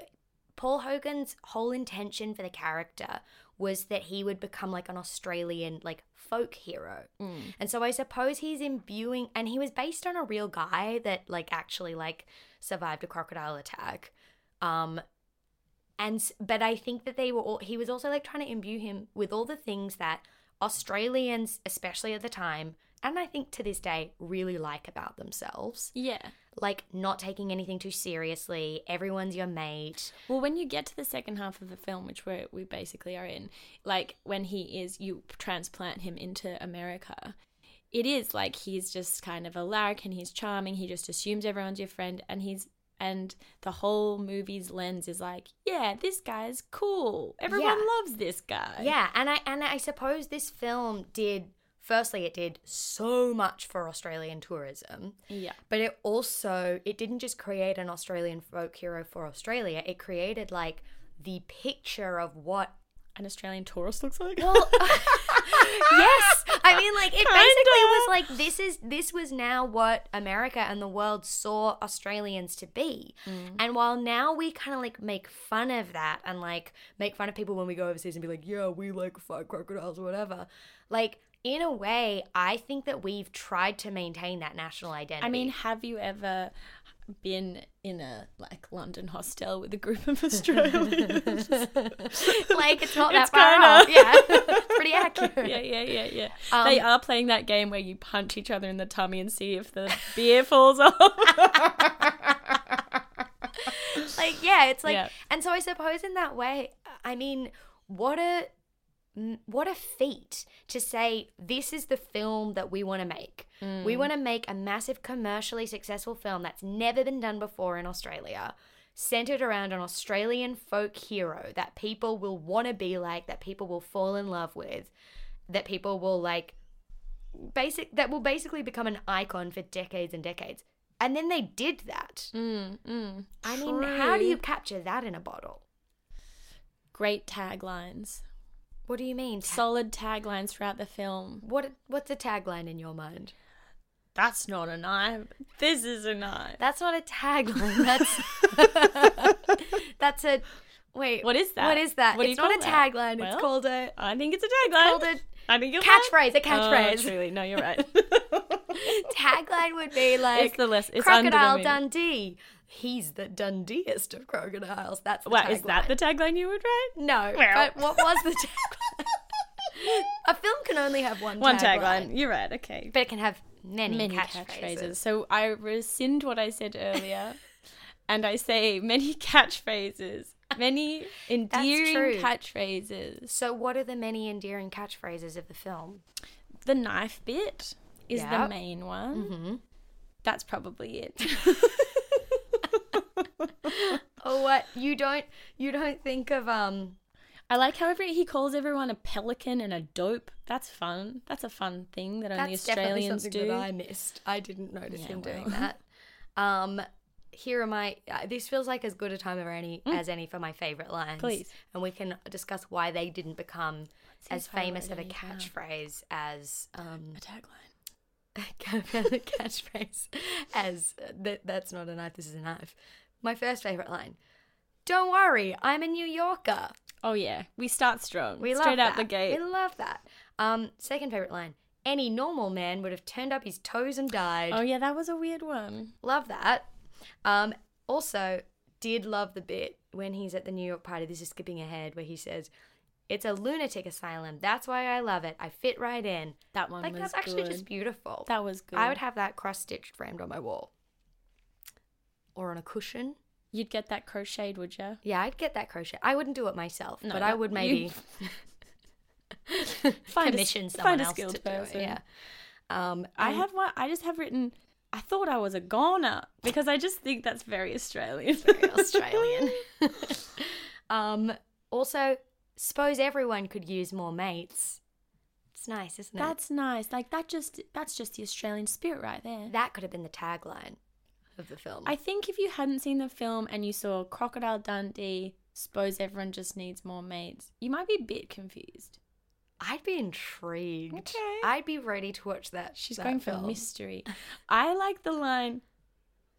Speaker 1: Paul Hogan's whole intention for the character was that he would become like an Australian like folk hero. And so I suppose he's imbuing and he was based on a real guy that like actually like survived a crocodile attack. Um and s- but I think that they were all he was also like trying to imbue him with all the things that Australians especially at the time and I think to this day really like about themselves
Speaker 2: Yeah.
Speaker 1: like not taking anything too seriously. Everyone's your mate.
Speaker 2: Well, when you get to the second half of the film, which we we basically are in, like when he is, you transplant him into America. It is like he's just kind of a lark and he's charming. He just assumes everyone's your friend, and he's and the whole movie's lens is like, yeah, this guy's cool. Everyone
Speaker 1: Yeah.
Speaker 2: loves this guy.
Speaker 1: Yeah, and I and I suppose this film did firstly it did so much for Australian tourism.
Speaker 2: yeah.
Speaker 1: But it also it didn't just create an Australian folk hero for Australia. It created like the picture of what
Speaker 2: An Australian tourist looks like. <laughs>
Speaker 1: Well, yes. I mean, like it
Speaker 2: Kinda.
Speaker 1: basically was like this is this was now what America and the world saw Australians to be,
Speaker 2: Mm.
Speaker 1: and while now we kind of like make fun of that and like make fun of people when we go overseas and be like, yeah, we like fight crocodiles or whatever, like. In a way, I think that we've tried to maintain that national identity.
Speaker 2: I <laughs> mean, have you ever been in a like London hostel with a group <laughs> of
Speaker 1: <laughs>
Speaker 2: Australians?
Speaker 1: like it's not
Speaker 2: <laughs>
Speaker 1: that
Speaker 2: It's
Speaker 1: far
Speaker 2: kinda-
Speaker 1: off. Yeah, <laughs> it's
Speaker 2: <laughs>
Speaker 1: pretty accurate.
Speaker 2: yeah, yeah, yeah, yeah. they are playing that game where you punch each other in the tummy and see if the beer falls off.
Speaker 1: like yeah it's like
Speaker 2: Yeah.
Speaker 1: and so i suppose in that way i mean what a m- what a feat to say this is the film that we want to make we want to make a massive commercially successful film that's never been done before in australia centered around an australian folk hero that people will want to be like that people will fall in love with that people will like basic that will basically become an icon for decades and decades and then they did that I mean, how do
Speaker 2: True.
Speaker 1: you capture that in a bottle?
Speaker 2: <laughs> Great taglines.
Speaker 1: What do you mean? Ta-
Speaker 2: Solid taglines throughout the film.
Speaker 1: what what's a tagline in your mind?
Speaker 2: That's not a knife. This is a knife.
Speaker 1: That's not a <laughs> tagline. That's <laughs> that's a wait.
Speaker 2: What is that?
Speaker 1: What is that?
Speaker 2: What do
Speaker 1: it's
Speaker 2: you
Speaker 1: not a
Speaker 2: call that?
Speaker 1: tagline.
Speaker 2: Well,
Speaker 1: it's called a
Speaker 2: I think it's a tagline.
Speaker 1: called a
Speaker 2: I think you're
Speaker 1: catchphrase. A
Speaker 2: Oh,
Speaker 1: catchphrase.
Speaker 2: truly, no, you're <laughs> right.
Speaker 1: tagline would <laughs> be like
Speaker 2: it's the less. It's
Speaker 1: crocodile
Speaker 2: under the moon.
Speaker 1: Dundee. He's the Dundeeest of crocodiles. That's the
Speaker 2: What
Speaker 1: tagline.
Speaker 2: is that? The tagline you would write?
Speaker 1: no?
Speaker 2: Well.
Speaker 1: But what was the tagline? <laughs> a film can only have one
Speaker 2: One tagline. You're right. Okay.
Speaker 1: but it can have many,
Speaker 2: many
Speaker 1: catchphrases.
Speaker 2: catchphrases. So I rescind what I said
Speaker 1: <laughs>
Speaker 2: earlier, and I say many catchphrases, many
Speaker 1: true.
Speaker 2: endearing catchphrases.
Speaker 1: So, what are the many endearing catchphrases of the film?
Speaker 2: The knife bit is the
Speaker 1: Yep. Mm-hmm.
Speaker 2: main one. That's
Speaker 1: <laughs>
Speaker 2: probably it. <laughs>
Speaker 1: Oh, what you don't you don't think of um
Speaker 2: I like how every, he calls everyone a pelican and a dope. That's fun. That's a fun thing that only
Speaker 1: that's definitely
Speaker 2: Australians
Speaker 1: something
Speaker 2: do.
Speaker 1: that I missed. I didn't notice
Speaker 2: Yeah,
Speaker 1: him doing
Speaker 2: well.
Speaker 1: that. Um, here are my. Uh, this feels like as good a time of any as any for my favorite lines.
Speaker 2: Mm. Please.
Speaker 1: and we can discuss why they didn't become
Speaker 2: see
Speaker 1: as
Speaker 2: if I wrote
Speaker 1: famous of a
Speaker 2: any down.
Speaker 1: catchphrase as um
Speaker 2: a tagline.
Speaker 1: <laughs> catchphrase as that that's not a knife this is a knife my first favorite line don't worry i'm a new yorker
Speaker 2: Oh yeah, we start strong.
Speaker 1: we love
Speaker 2: straight
Speaker 1: that.
Speaker 2: out the gate.
Speaker 1: we love that Um, second favorite line. Any normal man would have turned up his toes and died.
Speaker 2: Oh yeah, that was a weird one.
Speaker 1: Love that. Um, also, did love the bit when he's at the New York party. This is skipping ahead where he says, "It's a lunatic asylum. That's why I love it. I fit right in."
Speaker 2: That one
Speaker 1: like
Speaker 2: was
Speaker 1: that's actually
Speaker 2: good.
Speaker 1: just beautiful.
Speaker 2: that was good.
Speaker 1: I would have that cross stitched framed on my wall or on a cushion.
Speaker 2: You'd get that crocheted, would you?
Speaker 1: Yeah, I'd get that crochet. I wouldn't do it myself,
Speaker 2: No,
Speaker 1: but I
Speaker 2: that-
Speaker 1: would
Speaker 2: you-
Speaker 1: maybe <laughs>
Speaker 2: Find a-
Speaker 1: commission someone
Speaker 2: find a
Speaker 1: else
Speaker 2: skilled
Speaker 1: to do
Speaker 2: person.
Speaker 1: it. Yeah. Um,
Speaker 2: I
Speaker 1: and-
Speaker 2: have one. I just have written. I thought I was a goner because I just think that's very
Speaker 1: <laughs>
Speaker 2: Australian.
Speaker 1: very
Speaker 2: <laughs>
Speaker 1: Australian. um, also, suppose everyone could use more mates. It's nice, isn't it?
Speaker 2: that's nice. Like that. Just that's just the Australian spirit right there.
Speaker 1: That could have been the tagline of the film.
Speaker 2: I think if you hadn't seen the film and you saw Crocodile Dundee, suppose everyone just needs more mates. You might be a bit confused.
Speaker 1: I'd be intrigued.
Speaker 2: Okay.
Speaker 1: I'd be ready to watch that.
Speaker 2: She's
Speaker 1: that
Speaker 2: going for
Speaker 1: film.
Speaker 2: mystery. I like the line.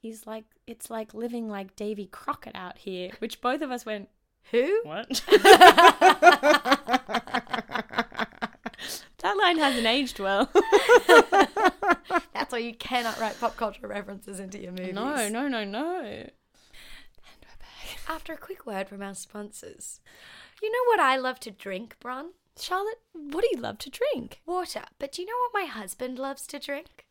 Speaker 2: He's like, it's like living like Davy Crockett out here, which both of us went,
Speaker 1: Who? <laughs>
Speaker 2: What? <laughs> that line hasn't aged well.
Speaker 1: That's why you cannot write pop culture references into your movies.
Speaker 2: no, no, no, no.
Speaker 1: After a quick word from our sponsors. You know what I love to drink, Bron?
Speaker 2: Charlotte, what do you love to drink?
Speaker 1: Water. But do you know what my husband loves to drink?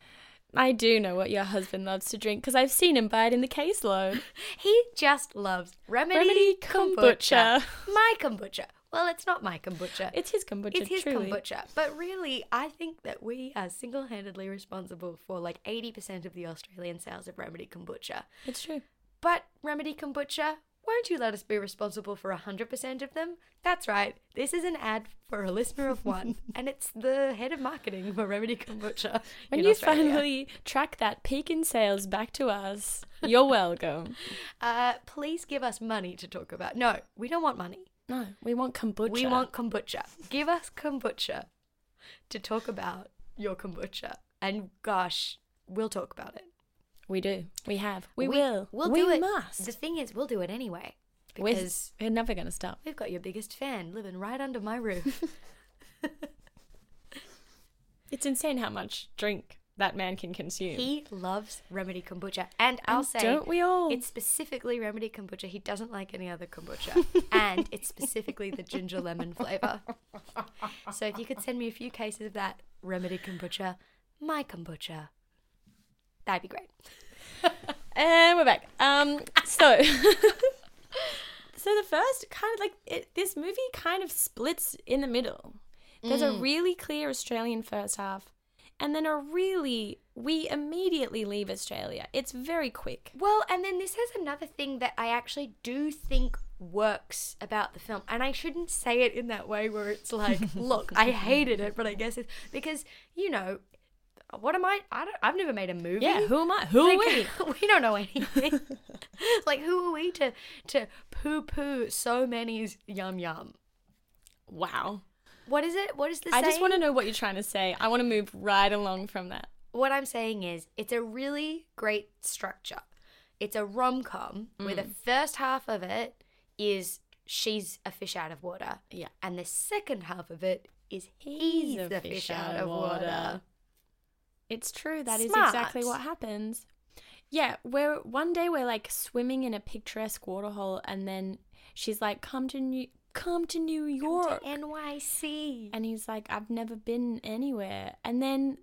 Speaker 2: I do know what your husband loves to drink because I've seen him buy it in the case load.
Speaker 1: He just loves remedy,
Speaker 2: Remedy
Speaker 1: kombucha.
Speaker 2: kombucha.
Speaker 1: My kombucha. Well, it's not my kombucha.
Speaker 2: It's his kombucha,
Speaker 1: It's his
Speaker 2: truly.
Speaker 1: kombucha. But really, I think that we are single handedly responsible for like 80% of the Australian sales of remedy kombucha.
Speaker 2: It's true.
Speaker 1: But remedy kombucha, won't you let us be responsible for 100% of them? That's right. This is an ad for a listener of
Speaker 2: <laughs>
Speaker 1: one, and it's the head of marketing for remedy kombucha.
Speaker 2: When
Speaker 1: in
Speaker 2: you
Speaker 1: Australia.
Speaker 2: finally track that peak in sales back to us, you're welcome.
Speaker 1: Uh, please give us money to talk about. No, we don't want money.
Speaker 2: No, we want kombucha.
Speaker 1: We want kombucha. Give us kombucha to talk about your kombucha. And gosh, we'll talk about it.
Speaker 2: We do. We have. We, will.
Speaker 1: We'll
Speaker 2: we
Speaker 1: do it.
Speaker 2: must.
Speaker 1: The thing is, we'll do it anyway
Speaker 2: We're-
Speaker 1: because
Speaker 2: we're never going to stop.
Speaker 1: we've got your biggest fan living right under my roof.
Speaker 2: It's insane how much drink that man can consume.
Speaker 1: he loves remedy kombucha, and I'll
Speaker 2: And
Speaker 1: say,
Speaker 2: don't we all?
Speaker 1: It's specifically remedy kombucha. He doesn't like any other <laughs> kombucha, and it's specifically the ginger lemon flavor. So if you could send me a few cases of that remedy kombucha, my kombucha, that'd be great.
Speaker 2: And we're back. Um, so, <laughs> so the first kind of like it, this movie kind of splits in the middle. There's
Speaker 1: Mm.
Speaker 2: a really clear Australian first half, and then a really we immediately leave Australia. It's very quick.
Speaker 1: Well, and then this is another thing that I actually do think works about the film. And I shouldn't say it in that way where it's <laughs> like, look, I hated it, but I guess it's because, you know, what am I? I don't, I've never made a movie.
Speaker 2: Yeah. Who am I? Who are
Speaker 1: <laughs>
Speaker 2: we?
Speaker 1: Like, we don't know anything. <laughs> like, who are we to to poo poo so many's yum yum?
Speaker 2: Wow.
Speaker 1: What is it? What is the
Speaker 2: I just
Speaker 1: saying?
Speaker 2: want to know what you're trying to say. I want to move right along from that.
Speaker 1: what I'm saying is it's a really great structure. It's a rom com where the first half of it is she's a fish out of water.
Speaker 2: Yeah.
Speaker 1: And the second half of it is he's, the fish, out of water.
Speaker 2: It's true. That is
Speaker 1: Smart.
Speaker 2: exactly what happens. Yeah, we're one day we're like swimming in a picturesque waterhole, and then she's like, "Come to New, come to New York,"
Speaker 1: NYC.
Speaker 2: and he's like, "I've never been anywhere." And then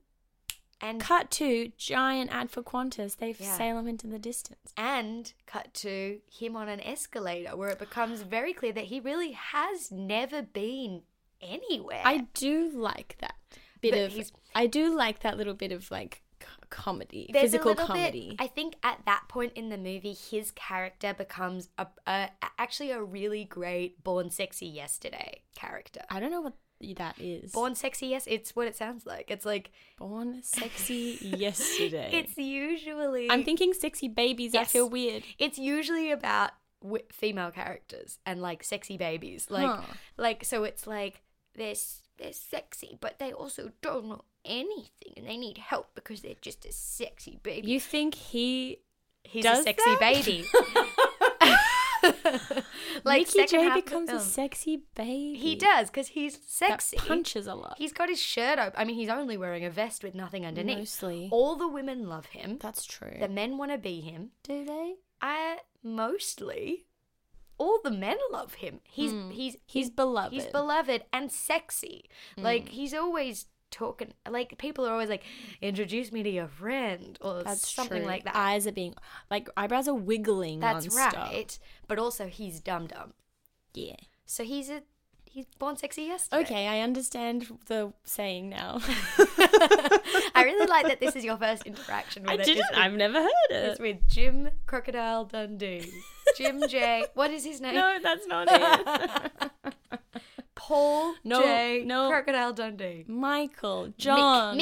Speaker 1: And
Speaker 2: cut to giant ad for Qantas. They
Speaker 1: Yeah.
Speaker 2: sail him into the distance.
Speaker 1: and cut to him on an escalator where it becomes very clear that he really has never been anywhere.
Speaker 2: I do like that bit
Speaker 1: But
Speaker 2: of.
Speaker 1: he's-
Speaker 2: I do like that little bit of like c- comedy,
Speaker 1: There's a
Speaker 2: physical
Speaker 1: little bit-
Speaker 2: comedy.
Speaker 1: I think at that point in the movie, his character becomes a, a actually a really great born sexy yesterday character.
Speaker 2: I don't know what that is.
Speaker 1: Born sexy, yes, it's what it sounds like. It's like
Speaker 2: Born sexy yesterday.
Speaker 1: <laughs> it's usually
Speaker 2: I'm thinking sexy babies. I
Speaker 1: Yes.
Speaker 2: feel weird.
Speaker 1: it's usually about w- female characters and like sexy babies, like
Speaker 2: Huh.
Speaker 1: like so it's like they're s- they're sexy, but they also don't know anything and they need help because they're just a sexy baby.
Speaker 2: You think he
Speaker 1: He's a
Speaker 2: does <laughs>
Speaker 1: sexy
Speaker 2: that?
Speaker 1: baby. <laughs> like
Speaker 2: Mickey
Speaker 1: second
Speaker 2: J
Speaker 1: half of the
Speaker 2: becomes a
Speaker 1: film.
Speaker 2: sexy baby.
Speaker 1: He does because he's
Speaker 2: That
Speaker 1: sexy.
Speaker 2: punches a lot.
Speaker 1: He's got his shirt open. I mean, he's only wearing a vest with nothing underneath.
Speaker 2: Mostly.
Speaker 1: All the women love him.
Speaker 2: That's true.
Speaker 1: The men want to be him.
Speaker 2: Do they?
Speaker 1: I mostly. All the men love him. He's he's
Speaker 2: He's Hmm. beloved. Hmm.
Speaker 1: he's beloved and sexy. Like he's always talking. Like people are always like, "Introduce me to your friend" or
Speaker 2: That's
Speaker 1: something
Speaker 2: true.
Speaker 1: like that.
Speaker 2: Eyes are being like eyebrows are wiggling.
Speaker 1: That's
Speaker 2: nonstop.
Speaker 1: right. But also, he's dum dum.
Speaker 2: Yeah.
Speaker 1: So he's a he's born sexy yesterday.
Speaker 2: Okay, I understand the
Speaker 1: <laughs>
Speaker 2: saying now. <laughs>
Speaker 1: I really like that this is your first interaction with
Speaker 2: <laughs> I
Speaker 1: it. is
Speaker 2: didn't.
Speaker 1: with-
Speaker 2: I've never heard
Speaker 1: is
Speaker 2: it.
Speaker 1: with Jim Crocodile Dundee. Jim
Speaker 2: <laughs>
Speaker 1: J. What is his name?
Speaker 2: No, that's not
Speaker 1: <laughs>
Speaker 2: it.
Speaker 1: Paul
Speaker 2: No,
Speaker 1: J.
Speaker 2: no.
Speaker 1: Crocodile Dundee.
Speaker 2: Michael, John,
Speaker 1: Mick.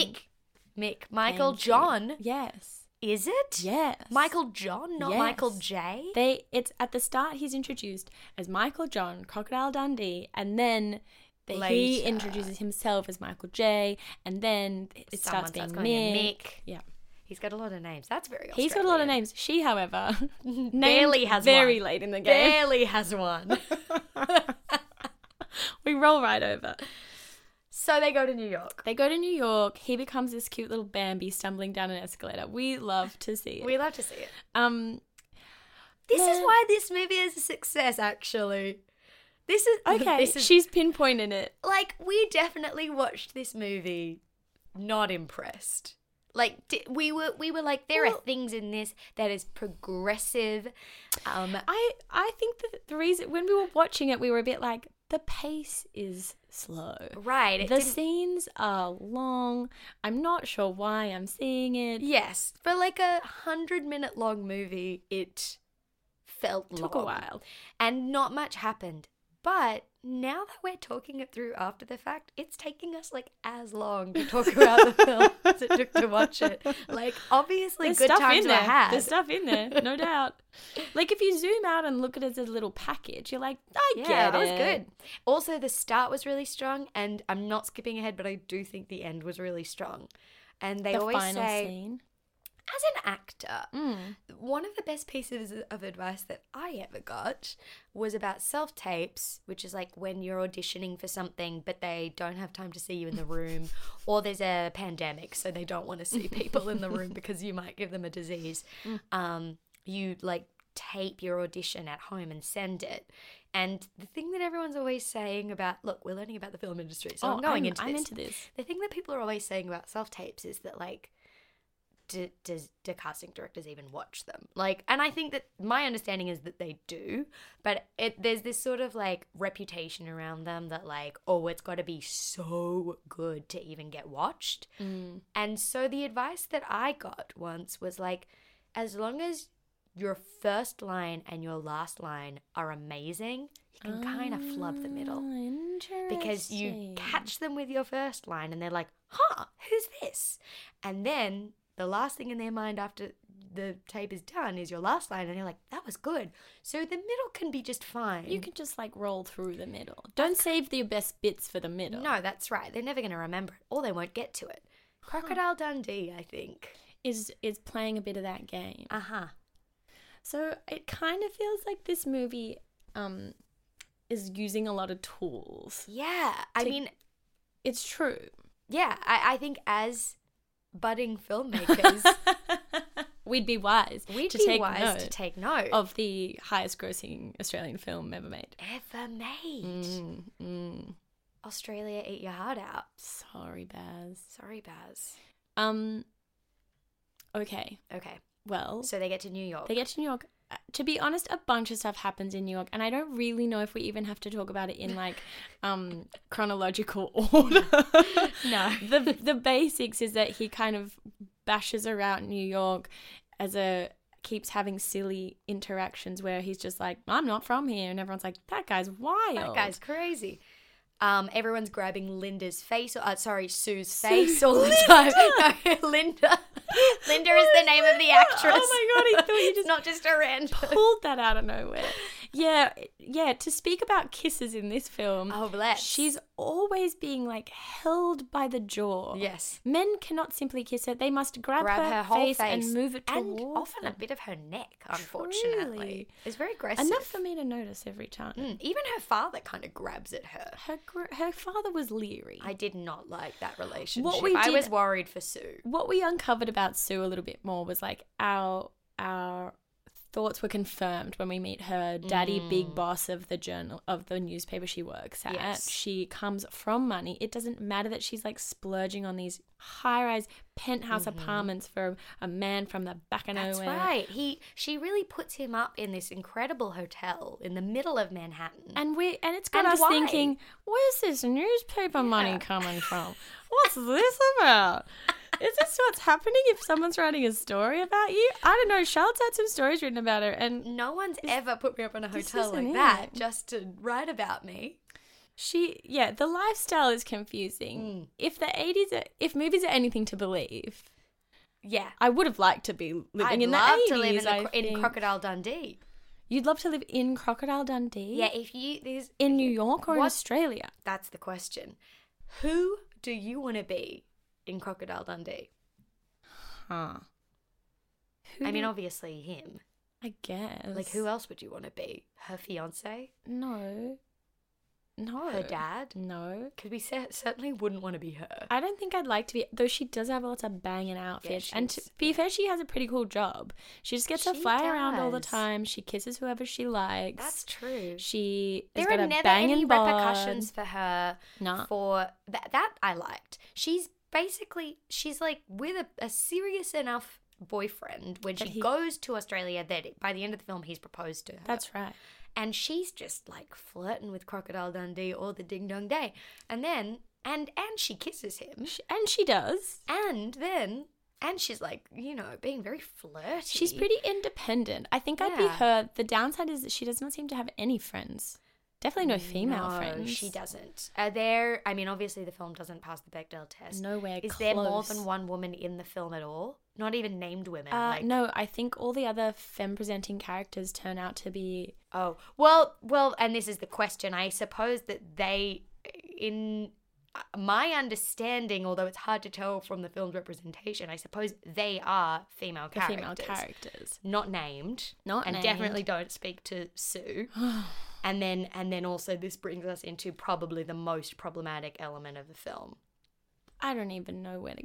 Speaker 1: Mick. Mick. Michael
Speaker 2: Thank you.
Speaker 1: John.
Speaker 2: Yes.
Speaker 1: Is it?
Speaker 2: Yes.
Speaker 1: Michael John, not
Speaker 2: Yes.
Speaker 1: Michael J.
Speaker 2: They. It's at the start. He's introduced as Michael John, Crocodile Dundee, and then. that he
Speaker 1: Later.
Speaker 2: introduces himself as Michael J, and then it
Speaker 1: Someone
Speaker 2: starts being
Speaker 1: starts calling him
Speaker 2: Mick.
Speaker 1: Mick.
Speaker 2: Yeah,
Speaker 1: He's got a lot of names. That's very. Australian.
Speaker 2: he's got a lot of names. She, however, <laughs> named
Speaker 1: Barely has
Speaker 2: very
Speaker 1: one.
Speaker 2: late in the game.
Speaker 1: Barely has one.
Speaker 2: <laughs>
Speaker 1: <laughs>
Speaker 2: we roll right over.
Speaker 1: so they go to New York.
Speaker 2: They go to New York. He becomes this cute little Bambi stumbling down an escalator. We love to see it.
Speaker 1: We love to see it.
Speaker 2: um,
Speaker 1: This is
Speaker 2: Yeah.
Speaker 1: why this movie is a success. Actually, <laughs> this is <laughs>
Speaker 2: okay,
Speaker 1: This is
Speaker 2: she's pinpointing it.
Speaker 1: like we definitely watched this movie not impressed like di- we were we were like there are
Speaker 2: Well-
Speaker 1: things in this that is progressive um
Speaker 2: I I think that the reason when we were watching it, we were a bit like the pace is slow.
Speaker 1: right it
Speaker 2: The
Speaker 1: didn't-
Speaker 2: scenes are long. I'm not sure why I'm seeing it.
Speaker 1: yes for like a 100 minute long movie it felt
Speaker 2: Took
Speaker 1: long
Speaker 2: a while.
Speaker 1: and not much happened but now that we're talking it through after the fact it's taking us like as long to
Speaker 2: <laughs>
Speaker 1: talk about the film as it took to watch it like obviously
Speaker 2: There's
Speaker 1: good
Speaker 2: stuff
Speaker 1: times
Speaker 2: in
Speaker 1: were
Speaker 2: there.
Speaker 1: had
Speaker 2: There's stuff in there,
Speaker 1: <laughs>
Speaker 2: no doubt. Like if you zoom out and look at it as a little package, you're like, I
Speaker 1: Yeah,
Speaker 2: get
Speaker 1: that was
Speaker 2: it.
Speaker 1: good. Also, the start was really strong, and I'm not skipping ahead, but I do think the end was really strong. And they
Speaker 2: the
Speaker 1: always
Speaker 2: final
Speaker 1: say,
Speaker 2: scene.
Speaker 1: as an actor,
Speaker 2: Mm.
Speaker 1: one of the best pieces of advice that I ever got was about self tapes, which is like when you're auditioning for something, but they don't have time to see you in the room, or there's a pandemic, so they don't want to see people in the room because you might give them a disease. Um, you like tape your audition at home and send it. And the thing that everyone's always saying about, look, we're learning about the film industry, so I'm going into
Speaker 2: Oh, I'm
Speaker 1: this.
Speaker 2: into this.
Speaker 1: The thing that people are always saying about self tapes is that like, do, does do casting directors even watch them? Like, and I think that my understanding is that they do, but it there's this sort of like reputation around them that like, oh, it's got to be so good to even get watched.
Speaker 2: Mm.
Speaker 1: And so the advice that I got once was like, as long as your first line and your last line are amazing, you can kind of flub the middle
Speaker 2: Ah,
Speaker 1: because you
Speaker 2: interesting.
Speaker 1: catch them with your first line and they're like, huh, who's this? And then the last thing in their mind after the tape is done is your last line and they're like, that was good. So the middle can be just fine.
Speaker 2: You can just like roll through the middle. Don't save the best bits for the middle.
Speaker 1: No, that's right. They're never going to remember it or they won't get to it. Crocodile Dundee, I think.
Speaker 2: is is playing a bit of that game.
Speaker 1: Uh huh.
Speaker 2: So it kind of feels like this movie um is using a lot of tools.
Speaker 1: Yeah. I
Speaker 2: To-
Speaker 1: mean,
Speaker 2: It's true.
Speaker 1: yeah, I, I think as budding <laughs> filmmakers,
Speaker 2: <laughs> We'd be wise.
Speaker 1: we'd
Speaker 2: to
Speaker 1: be
Speaker 2: take
Speaker 1: wise to
Speaker 2: note
Speaker 1: take note.
Speaker 2: of the highest grossing Australian film ever made.
Speaker 1: Ever made.
Speaker 2: Mm, mm.
Speaker 1: Australia, eat your heart out.
Speaker 2: Sorry, Baz.
Speaker 1: Sorry, Baz.
Speaker 2: Um. Okay.
Speaker 1: Okay.
Speaker 2: Well,
Speaker 1: So they get to New York.
Speaker 2: They get to New York. Uh, To be honest, a bunch of stuff happens in New York, and I don't really know if we even have to talk about it
Speaker 1: <laughs>
Speaker 2: in like um, chronological <laughs> order.
Speaker 1: No.
Speaker 2: the the basics is that he kind of bashes around New York as a keeps having silly interactions where he's just like, "I'm not from here," and everyone's like, "That guy's wild."
Speaker 1: that guy's crazy. Um, everyone's grabbing Linda's face, or uh, sorry, Sue's face
Speaker 2: <laughs>
Speaker 1: all the time. <laughs> No, Linda. Linda is the name
Speaker 2: <laughs>
Speaker 1: of the actress. <laughs>
Speaker 2: Oh my Oh god, he thought you
Speaker 1: It's
Speaker 2: just
Speaker 1: not just a random.
Speaker 2: pulled that out of nowhere. Yeah, yeah, to speak about kisses in this film,
Speaker 1: Oh, bless.
Speaker 2: she's always being like held by the jaw.
Speaker 1: yes.
Speaker 2: Men cannot simply kiss her; they must grab,
Speaker 1: Grab her whole face,
Speaker 2: and move it
Speaker 1: and
Speaker 2: towards
Speaker 1: often a
Speaker 2: them.
Speaker 1: bit of her neck. Unfortunately,
Speaker 2: Truly.
Speaker 1: it's very aggressive.
Speaker 2: Enough for me to notice every time.
Speaker 1: Mm, Even her father kind of grabs at her.
Speaker 2: Her gr- her father was leery.
Speaker 1: I did not like that relationship.
Speaker 2: we
Speaker 1: I
Speaker 2: did-
Speaker 1: was worried for Sue.
Speaker 2: what we uncovered about Sue a little bit more was like our our thoughts were confirmed when we meet her daddy
Speaker 1: Mm.
Speaker 2: big boss of the journal of the newspaper she works at
Speaker 1: Yes.
Speaker 2: she comes from money it doesn't matter that she's like splurging on these high-rise penthouse apartments for a man from the back of
Speaker 1: Mm-hmm. That's
Speaker 2: nowhere
Speaker 1: right. He she really puts him up in this incredible hotel in the middle of Manhattan.
Speaker 2: and we and it's got
Speaker 1: And
Speaker 2: us
Speaker 1: why?
Speaker 2: thinking where's this newspaper money
Speaker 1: Yeah. <laughs>
Speaker 2: coming from what's this about is this what's happening if someone's writing a story about you i don't know charlotte's had some stories written about her and
Speaker 1: no one's ever put me up in a
Speaker 2: this
Speaker 1: hotel
Speaker 2: isn't
Speaker 1: like that
Speaker 2: it.
Speaker 1: just to write about me.
Speaker 2: she yeah the lifestyle is
Speaker 1: Hmm.
Speaker 2: confusing if the 80s are, if movies are anything to believe
Speaker 1: Yeah.
Speaker 2: i would have liked to be living
Speaker 1: I'd
Speaker 2: in the
Speaker 1: love
Speaker 2: 80s
Speaker 1: to live in, the,
Speaker 2: I
Speaker 1: cro- in
Speaker 2: think.
Speaker 1: Crocodile Dundee.
Speaker 2: you'd love to live in crocodile dundee
Speaker 1: Yeah, if you there's
Speaker 2: in new york or in
Speaker 1: What-
Speaker 2: australia
Speaker 1: that's the question. Who do you want to be in Crocodile Dundee?
Speaker 2: huh who
Speaker 1: I mean,
Speaker 2: do-
Speaker 1: obviously him.
Speaker 2: i guess
Speaker 1: Like, who else would you want to be? Her fiance?
Speaker 2: No. No.
Speaker 1: Her dad?
Speaker 2: No.
Speaker 1: Because we cer- certainly wouldn't want to be her.
Speaker 2: I don't think I'd like to be, though she does have lots of banging outfits. and to
Speaker 1: she's-
Speaker 2: be fair, she has a pretty cool job. She just gets to
Speaker 1: She
Speaker 2: fly around all the
Speaker 1: does.
Speaker 2: time. She kisses whoever she likes.
Speaker 1: That's true.
Speaker 2: She has
Speaker 1: there
Speaker 2: got
Speaker 1: are
Speaker 2: a
Speaker 1: never
Speaker 2: banging
Speaker 1: any
Speaker 2: bod.
Speaker 1: repercussions for her
Speaker 2: Nah.
Speaker 1: for that. That I liked. She's basically she's like with a, a serious enough boyfriend when
Speaker 2: But
Speaker 1: she
Speaker 2: he-
Speaker 1: goes to Australia. That it- by the end of the film, he's proposed to her.
Speaker 2: That's right.
Speaker 1: and she's just like flirting with Crocodile Dundee all the ding dong day, and then and and she kisses him,
Speaker 2: She, and she does.
Speaker 1: and then and she's like you know being very flirty.
Speaker 2: She's pretty independent. I think I'd be
Speaker 1: Yeah.
Speaker 2: her. The downside is that she does not seem to have any friends. Definitely no female
Speaker 1: no,
Speaker 2: friends.
Speaker 1: She doesn't. Are there? I mean, obviously the film doesn't pass the Bechdel test.
Speaker 2: Nowhere
Speaker 1: Is there more
Speaker 2: close.
Speaker 1: than one woman in the film at all? Not even named women.
Speaker 2: Uh,
Speaker 1: like,
Speaker 2: no, I think all the other femme presenting characters turn out to be
Speaker 1: Oh well, well, and this is the question. I suppose that they, in my understanding, although it's hard to tell from the film's representation, I suppose they are female
Speaker 2: the
Speaker 1: characters,
Speaker 2: female characters.
Speaker 1: not named,
Speaker 2: Not
Speaker 1: and
Speaker 2: named.
Speaker 1: definitely don't speak to Sue. and then, and then also, this brings us into probably the most problematic element of the film.
Speaker 2: <sighs> I don't even know where to.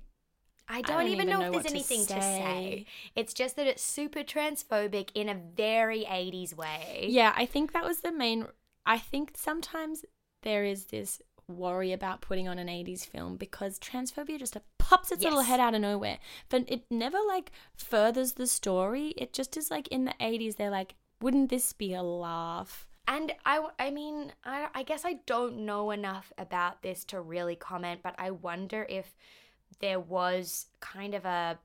Speaker 1: I don't, even, know, if there's
Speaker 2: what to
Speaker 1: anything to
Speaker 2: say.
Speaker 1: say. It's just that it's super transphobic in a very 80s way.
Speaker 2: Yeah, I think that was the main. I think sometimes there is this worry about putting on an 80s film because transphobia just pops its little
Speaker 1: Yes.
Speaker 2: head out of nowhere. But it never like furthers the story. It just is like in the 80s, they're like, wouldn't this be a laugh?
Speaker 1: And I, w- I mean, I, I guess I don't know enough about this to really comment, but I wonder if there was kind of a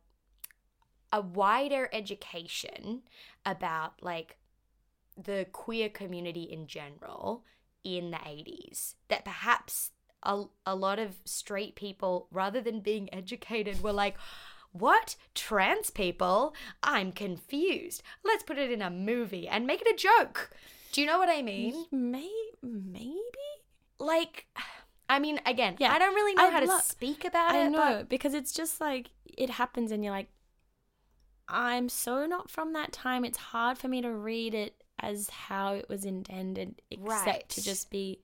Speaker 1: a wider education about like the queer community in general in the 80s that perhaps a, a lot of straight people rather than being educated were like what trans people i'm confused let's put it in a movie and make it a joke do you know what i mean
Speaker 2: May maybe?
Speaker 1: like <sighs> i mean again
Speaker 2: Yeah.
Speaker 1: i don't really know
Speaker 2: I'd
Speaker 1: how to
Speaker 2: lo-
Speaker 1: speak about
Speaker 2: I
Speaker 1: it
Speaker 2: know
Speaker 1: but
Speaker 2: because it's just like it happens, and you're like, I'm so not from that time. It's hard for me to read it as how it was intended, except
Speaker 1: Right.
Speaker 2: to just be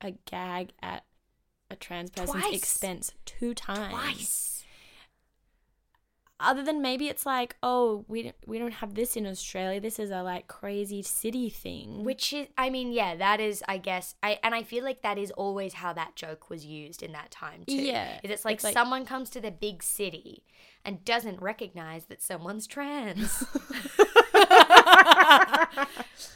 Speaker 2: a gag at a trans person's
Speaker 1: Twice.
Speaker 2: expense two times.
Speaker 1: twice
Speaker 2: Other than maybe it's like, oh, we don't, we don't have this in Australia. This is a like crazy city thing.
Speaker 1: which <laughs> is i mean yeah that is i guess i and i feel like that is always how that joke was used in that time too
Speaker 2: Yeah,
Speaker 1: is it's like,
Speaker 2: it's like-
Speaker 1: someone comes to the big city and doesn't recognize that someone's
Speaker 2: <laughs>
Speaker 1: trans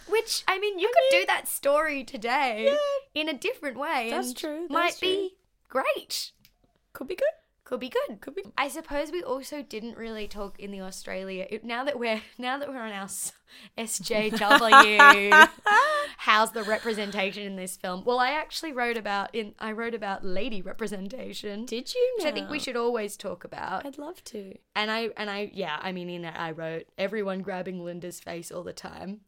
Speaker 1: which i mean you could do that story today in a different way
Speaker 2: That's
Speaker 1: and
Speaker 2: true, that's
Speaker 1: might
Speaker 2: true.
Speaker 1: be great
Speaker 2: <laughs> could be good.
Speaker 1: could be good
Speaker 2: Could be.
Speaker 1: I suppose we also didn't really talk in the Australia it- now that we're <laughs> now that we're on our s-
Speaker 2: <laughs>
Speaker 1: SJW. how's the representation in this film? Well, I actually wrote about in I wrote about lady representation,
Speaker 2: Did you know?
Speaker 1: which I think we should always talk about.
Speaker 2: I'd love to.
Speaker 1: And I and I yeah, I mean in it I wrote everyone grabbing Linda's face all the time.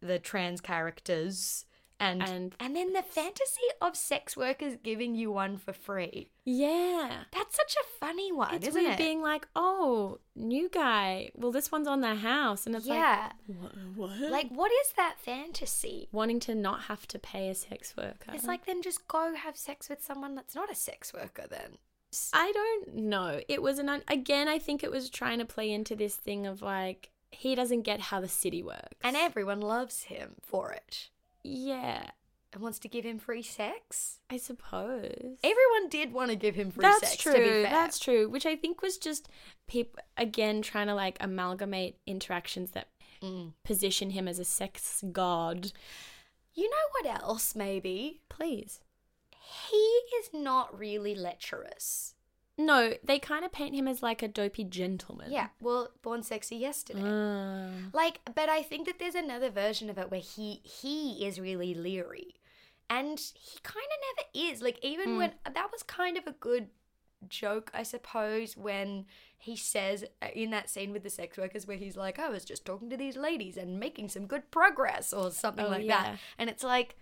Speaker 1: the trans characters and
Speaker 2: And-
Speaker 1: and then the fantasy of sex workers giving you one for free.
Speaker 2: Yeah.
Speaker 1: That's such a funny one,
Speaker 2: It's
Speaker 1: isn't
Speaker 2: weird
Speaker 1: it?
Speaker 2: being like, oh, new guy. Well, this one's on their house. And it's
Speaker 1: yeah.
Speaker 2: like, what? what?
Speaker 1: Like what is that fantasy?
Speaker 2: wanting to not have to pay a sex worker.
Speaker 1: It's like then just go have sex with someone that's not a sex worker then.
Speaker 2: I don't know. It was an, un- again, I think it was trying to play into this thing of like, he doesn't get how the city works.
Speaker 1: And everyone loves him for it
Speaker 2: yeah,
Speaker 1: and wants to give him free sex.
Speaker 2: I suppose.
Speaker 1: Everyone did want to give him free
Speaker 2: that's
Speaker 1: sex
Speaker 2: true.
Speaker 1: to be fair.
Speaker 2: That's true. Which I think was just people, again, trying to like amalgamate interactions that
Speaker 1: Mm.
Speaker 2: position him as a sex god.
Speaker 1: You know what else maybe?
Speaker 2: Please.
Speaker 1: He is not really lecherous.
Speaker 2: No, they kind of paint him as like a dopey gentleman.
Speaker 1: Yeah, well, born sexy yesterday.
Speaker 2: Ah.
Speaker 1: Like, but I think that there's another version of it where he he is really leery, and he kind of never is. Like, even when that was kind of a good joke, I suppose, when he says uh, in that scene with the sex workers where he's like, "I was just talking to these ladies and making some good progress" or something
Speaker 2: Oh,
Speaker 1: like
Speaker 2: yeah.
Speaker 1: that, and it's like,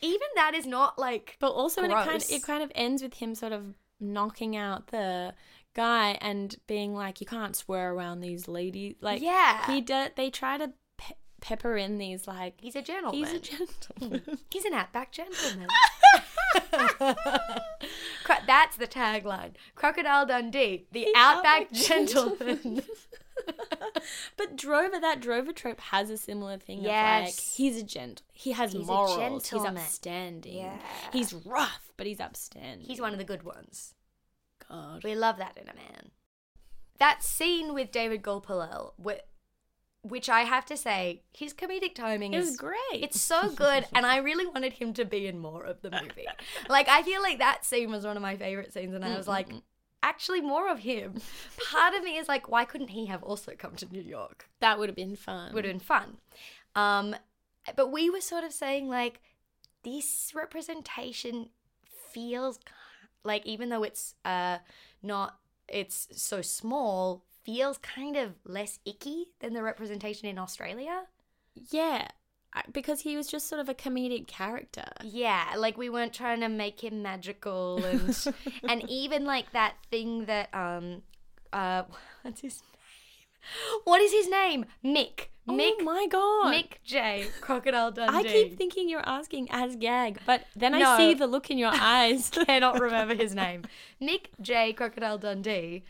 Speaker 1: even that is not like
Speaker 2: But also, when it kind, of,
Speaker 1: Gross.
Speaker 2: it kind of ends with him sort of knocking out the guy and being like, "You can't swear around these ladies." Like,
Speaker 1: Yeah.
Speaker 2: he do, They try to pe- pepper in these like,
Speaker 1: he's a gentleman.
Speaker 2: he's a gentleman.
Speaker 1: He's an outback <laughs> gentleman. Cro- That's the tagline. Crocodile Dundee, the outback,
Speaker 2: outback
Speaker 1: gentleman.
Speaker 2: <laughs> but Drover, that Drover trope has a similar thing. Of like,
Speaker 1: Yes.
Speaker 2: he's a gent. He has
Speaker 1: He's a
Speaker 2: morals. He's
Speaker 1: gentleman.
Speaker 2: upstanding.
Speaker 1: Yeah.
Speaker 2: He's rough, but he's upstanding.
Speaker 1: He's one of the good ones.
Speaker 2: God.
Speaker 1: We love that in a man. That scene with David Gulpilil, wh- which I have to say, his comedic timing
Speaker 2: It was
Speaker 1: is
Speaker 2: great.
Speaker 1: It's so good, and I really wanted him to be in more of the
Speaker 2: <laughs>
Speaker 1: movie. Like, I feel like that scene was one of my favorite scenes, and I was like, actually, more of him. Part of me is like, why couldn't he have also come to New York?
Speaker 2: that would have been fun.
Speaker 1: Would have been fun. Um, but we were sort of saying, like, this representation feels ki- like, even though it's uh, not, it's so small, feels kind of less icky than the representation in Australia.
Speaker 2: Yeah, I- because he was just sort of a comedic character.
Speaker 1: Yeah, like we weren't trying to make him magical
Speaker 2: <laughs>
Speaker 1: and and even like that thing that um uh <laughs> what's his name? What is his name? Mick. Mick
Speaker 2: oh my god!
Speaker 1: Mick J. Crocodile Dundee.
Speaker 2: I keep thinking you're asking as gag, but then I
Speaker 1: No.
Speaker 2: see the look
Speaker 1: <laughs>
Speaker 2: in your eyes.
Speaker 1: cannot remember his name. Mick J. Crocodile Dundee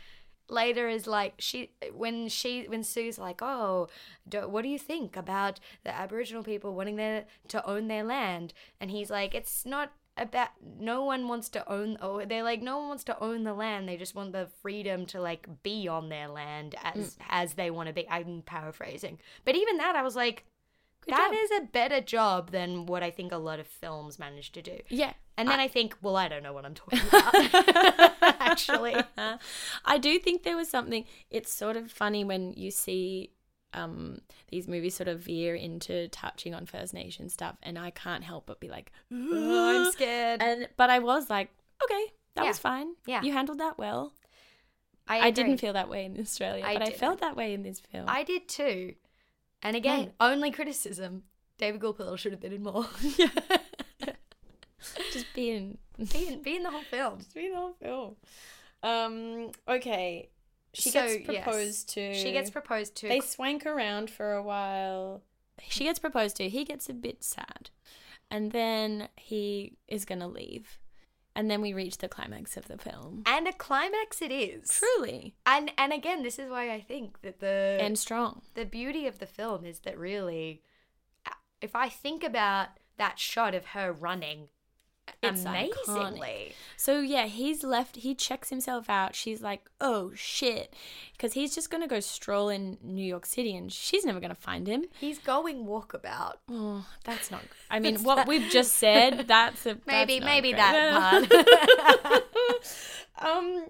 Speaker 1: later is like she when she when Sue's like, "Oh, do, what do you think about the Aboriginal people wanting their to own their land?" And he's like, "It's not about no one wants to own oh they're like no one wants to own the land they just want the freedom to like be on their land
Speaker 2: Mm.
Speaker 1: as as they want to be i'm paraphrasing but even that i was like
Speaker 2: Good
Speaker 1: that
Speaker 2: job.
Speaker 1: is a better job than what i think a lot of films manage to do
Speaker 2: yeah.
Speaker 1: and then I, think, well, I don't know what I'm
Speaker 2: <laughs>
Speaker 1: talking about. <laughs> Actually,
Speaker 2: I do think there was something. It's sort of funny when you see um, these movies sort of veer into touching on First Nation stuff, and I can't help but be like,
Speaker 1: I'm scared.
Speaker 2: and but I was like, okay, that
Speaker 1: Yeah.
Speaker 2: was fine.
Speaker 1: Yeah.
Speaker 2: you handled that well.
Speaker 1: I,
Speaker 2: I,
Speaker 1: agree.
Speaker 2: didn't feel that way in Australia,
Speaker 1: I
Speaker 2: but I
Speaker 1: didn't.
Speaker 2: felt that way in this film.
Speaker 1: I did too. And again, only criticism. David Gulpilil should have been in
Speaker 2: <laughs>
Speaker 1: more.
Speaker 2: just being
Speaker 1: be, in, be in the whole film.
Speaker 2: <laughs> just being the whole film. Um. Okay. She
Speaker 1: So,
Speaker 2: gets
Speaker 1: yes.
Speaker 2: proposed to.
Speaker 1: She gets proposed to.
Speaker 2: They swank around for a while. She gets proposed to. He gets a bit sad, and then he is gonna leave, and then we reach the climax of the film.
Speaker 1: and a climax it is.
Speaker 2: Truly
Speaker 1: And and again, this is why I think that the
Speaker 2: and strong.
Speaker 1: the beauty of the film is that really, if I think about that shot of her running,
Speaker 2: It's iconic.
Speaker 1: amazingly.
Speaker 2: So yeah, he's left. He checks himself out. She's like, "Oh shit," because he's just gonna go stroll in New York City, and she's never gonna find him.
Speaker 1: He's going walkabout.
Speaker 2: Oh, that's not.
Speaker 1: <laughs>
Speaker 2: I mean,
Speaker 1: That's
Speaker 2: what
Speaker 1: not-
Speaker 2: we've just said. That's a
Speaker 1: Maybe
Speaker 2: that's not
Speaker 1: maybe
Speaker 2: great.
Speaker 1: that
Speaker 2: <laughs>
Speaker 1: part.
Speaker 2: um,